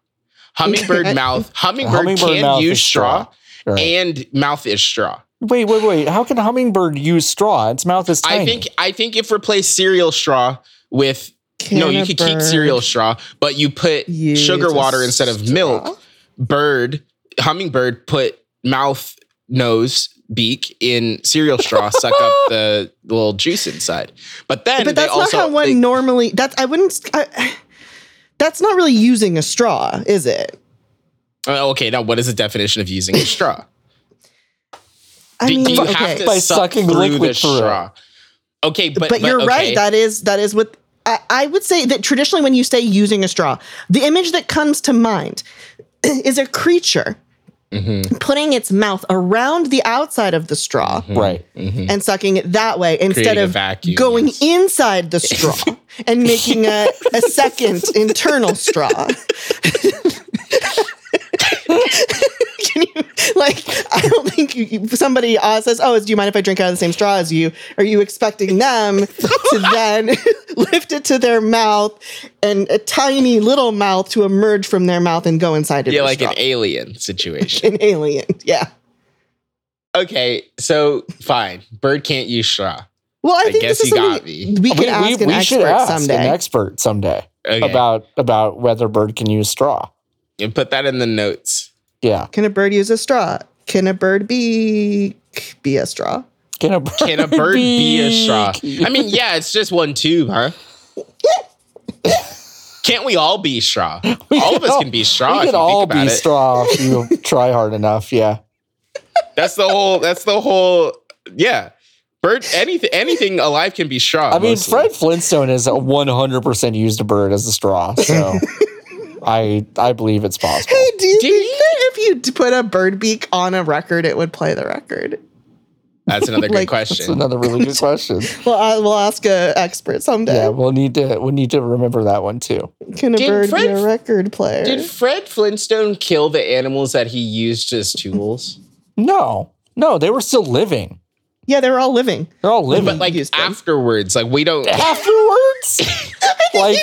Hummingbird mouth, hummingbird,
Hummingbird
can
mouth
use
is
straw,
straw. Right.
and mouth is straw.
Wait, wait, wait. How can a hummingbird use straw? Its mouth is tiny.
I think I think if replace cereal straw with no, you could keep cereal straw, but you put
use
sugar
a
water instead of milk.
straw?
Bird, hummingbird put mouth, nose, beak in cereal straw, suck up the little juice inside. But then
But
they
that's not
also
how one
they-
normally. That's I wouldn't. I, that's not really using a straw, is it?
Oh, okay, now what is the definition of using a straw?
I
do, do you have to
By
suck
sucking
through
liquid
the
through it.
straw? Okay, but,
but, you're
okay.
right. That is that is what I, I would say that traditionally when you say using a straw, the image that comes to mind is a creature
Mm-hmm.
putting its mouth around the outside of the straw
Right.
and sucking it that way instead
Creating a
of
vacuum,
going
yes.
inside the straw and making a, a second internal straw. Can you, like, I don't think you, you- somebody uh, says, Oh, do you mind if I drink out of the same straw as you? Are you expecting them to then lift it to their mouth and a tiny little mouth to emerge from their mouth and go inside of
yeah,
your
like
straw?
an alien situation.
an alien? Yeah.
okay, so fine. Bird can't use straw.
Well, I,
I
think
guess
this is
you got
something
me.
we could ask an expert someday.
an expert someday
Okay.
about about whether bird can use straw.
and put that in the notes.
Yeah.
Can a bird use a straw? Can a bird be be a straw?
Can a bird,
Can a bird be a straw?
be-
I mean, yeah, it's just one tube, huh? Can't we all be straw? all of us can be straw.
We
if
can
you
all
think about
be
it.
straw if you try hard enough. Yeah.
That's the whole. That's the whole. Yeah, bird. Anything. Anything alive can be straw.
I mean,
mostly.
Fred Flintstone has 100% used a bird as a straw. So I I believe it's possible.
Hey, do you
Do
think
you-
that if you d- put a bird beak on a record, it would play the record?
That's another good
like,
That's
question.
another really good question.
Well, I, we'll ask a expert someday.
Yeah, we'll need to we'll need to remember that one too.
Can a
Did
bird be
Fred-
a record player?
Did Fred Flintstone kill the animals that he used as tools?
No. No, they were still living.
Yeah, they were all living.
They're all living.
But like
used them.
afterwards, like we don't.
afterwards? like,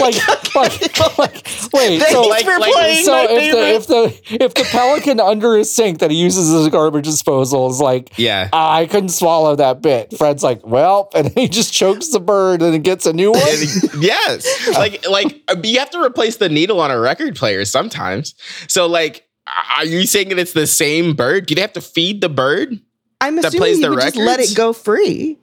like, like, like, wait.
Thanks
So,
like-
for
like-
playing
so
my favorite.
if the if the if the pelican under his sink that he uses as a garbage disposal is like,
Yeah.
I couldn't swallow that bit. Fred's like, well, and he just chokes the bird and it gets a new one.
yes. Like like you have to replace the needle on a record player sometimes. So like are you saying that it's the same bird? Do they have to feed the bird?
I'm
that
assuming
plays
you
the
would just let
records?
it go free.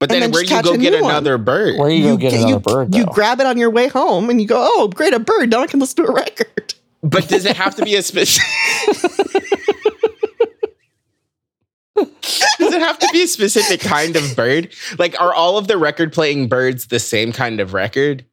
But
And
then,
then
where
just
do you
catch
go
a
get
new one.
another bird?
Where you, go get
g-
another
you,
bird?
you
though?
grab it on your way home and you go, oh, great, a bird. Now I can listen to a record.
But does it have to be a specific? does it have to be a specific kind of bird? Like, are all of the record playing birds the same kind of record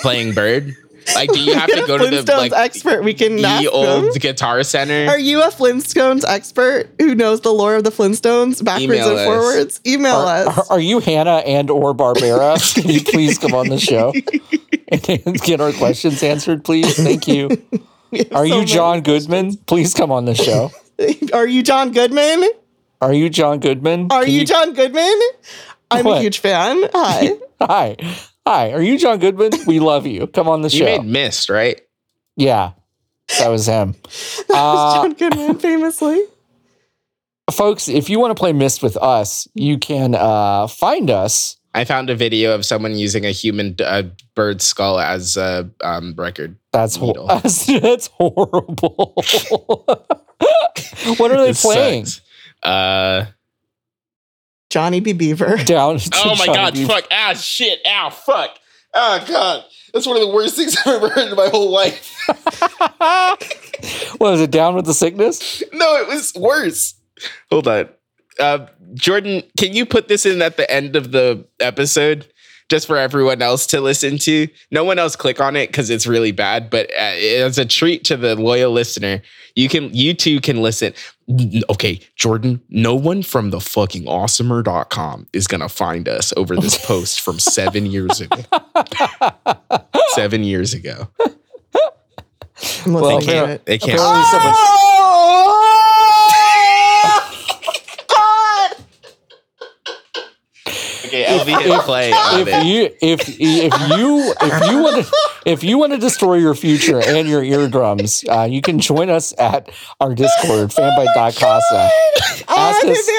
playing bird? Like, do you have
Get
to
a
go to the
Flintstones
like
expert. We can ask
the old
them.
guitar center?
Are you a Flintstones expert who knows the lore of the Flintstones backwards
Email
and
us.
forwards? Email
Are,
us.
are- are you Hannah and or Barbara? Can you please come on the show and get our questions answered, please? Thank you.
We have
Are
so
you
many.
John Goodman? Please come on the show.
Are you John Goodman?
Are you John Goodman?
Are
Can
you, John Goodman? I'm
What?
a huge fan. Hi.
Hi. Hi. Are you John Goodman? We love you. Come on the
You
show.
made mist, right?
yeah. That was him. Uh,
John Goodman, famously.
folks, if you want to play Mist with us, you can uh, find us.
I found a video of someone using a human uh, bird skull as a um, record.
That's hor-
Needle.
that's, that's horrible. what are they
This
playing?
sucks. Uh,
Johnny B. Beaver.
Down. to
oh my
Johnny
god!
B.
Fuck! Ah, shit! Ow! Fuck! Oh god! That's one of the worst things I've ever heard in my whole life.
What is it? Down with the sickness?
No, it was worse. Hold on, uh, Jordan. Can you put this in at the end of the episode? Just for everyone else to listen to. No one else click on it because it's really bad. But uh, as a treat to the loyal listener, you can, you too can listen. N- Okay, Jordan. No one from the fucking awesomer.com is gonna find us over this post from seven years ago. seven years ago.
I'm
Well,
listening to
apparently-
it.
They can't.
apparently someone-
Okay, LV hit play on
if
it.
you if if you if you want to if you want to destroy your future and your eardrums, uh, you can join us at our Discord, fanbite.casa.
Ah,
Ask us,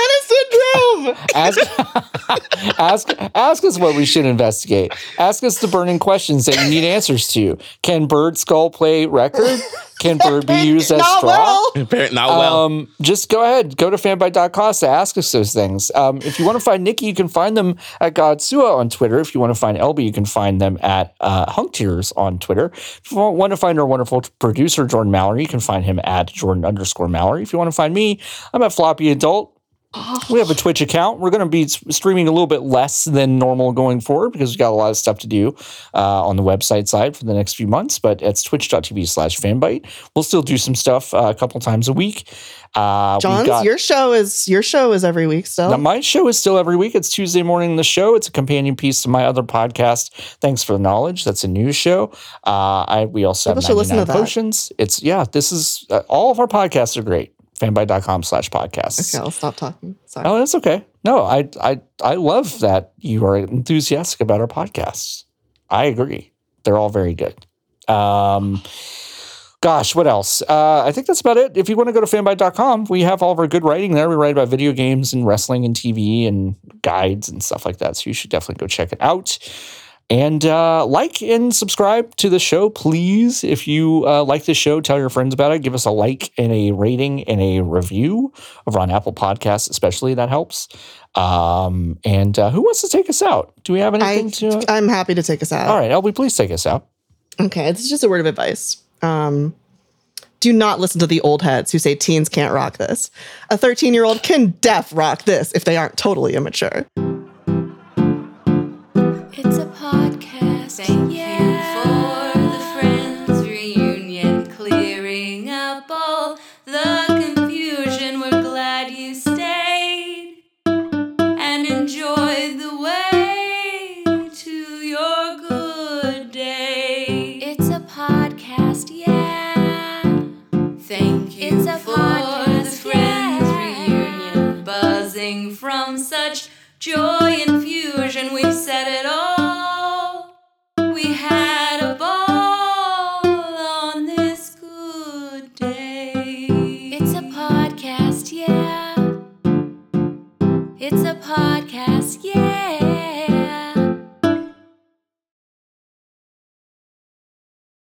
Havana syndrome.
ask, ask, ask us what we should investigate. Ask us the burning questions that you need answers to. Can bird skull play record? Can bird be used as
Not
straw?
well.
Apparently not well.
Um, just go ahead, go to fanbite.costa, ask us those things. Um, if you want to find Nikki, you can find them at Godsua on Twitter. If you want to find Elby, you can find them at uh, Hunktears on Twitter. If you want to find our wonderful producer, Jordan Mallory, you can find him at Jordan underscore Mallory. If you want to find me, I'm at Floppy Adult. We have a Twitch account. We're going to be s- streaming a little bit less than normal going forward because we've got a lot of stuff to do uh, on the website side for the next few months. But it's twitch.tv slash fanbite. We'll still do some stuff uh, a couple times a week. Uh, we
John's,
got-
your show is your show is every week still.
now, my show is still every week. It's Tuesday morning, the show. It's a companion piece to my other podcast, Thanks for the Knowledge. That's a news show. Uh, I We also have
People should listen to
99
that.
Potions. It's, yeah, this is, uh, all of our podcasts are great. Fanbite.com slash podcasts.
okay, I'll stop talking. Sorry.
Oh, that's okay. No, I I I love that you are enthusiastic about our podcasts. I agree. They're all very good. Um gosh, what else? Uh, I think that's about it. If you want to go to fanbite.com, we have all of our good writing there. We write about video games and wrestling and TV and guides and stuff like that. So you should definitely go check it out. And uh, like and subscribe to the show, please. If you uh, like the show, tell your friends about it. Give us a like and a rating and a review over on Apple Podcasts, especially. That helps. Um, and uh, who wants to take us out? Do we have anything
I,
to?
I'm happy to take us out.
All right, Elby, please take us out.
Okay, this is just a word of advice. Um, do not listen to the old heads who say teens can't rock this. A 13 year old can def rock this if they aren't totally immature.
It's a podcast.
Thank
yeah.
you for the friends reunion, clearing up all the confusion. We're glad you stayed and enjoyed the way to your good day.
It's a podcast. Yeah.
Thank you
It's a
for
podcast,
the friends
yeah.
reunion, from such joy and fusion. We said it all. We had a ball on this good day.
It's a podcast, yeah. It's a podcast, yeah.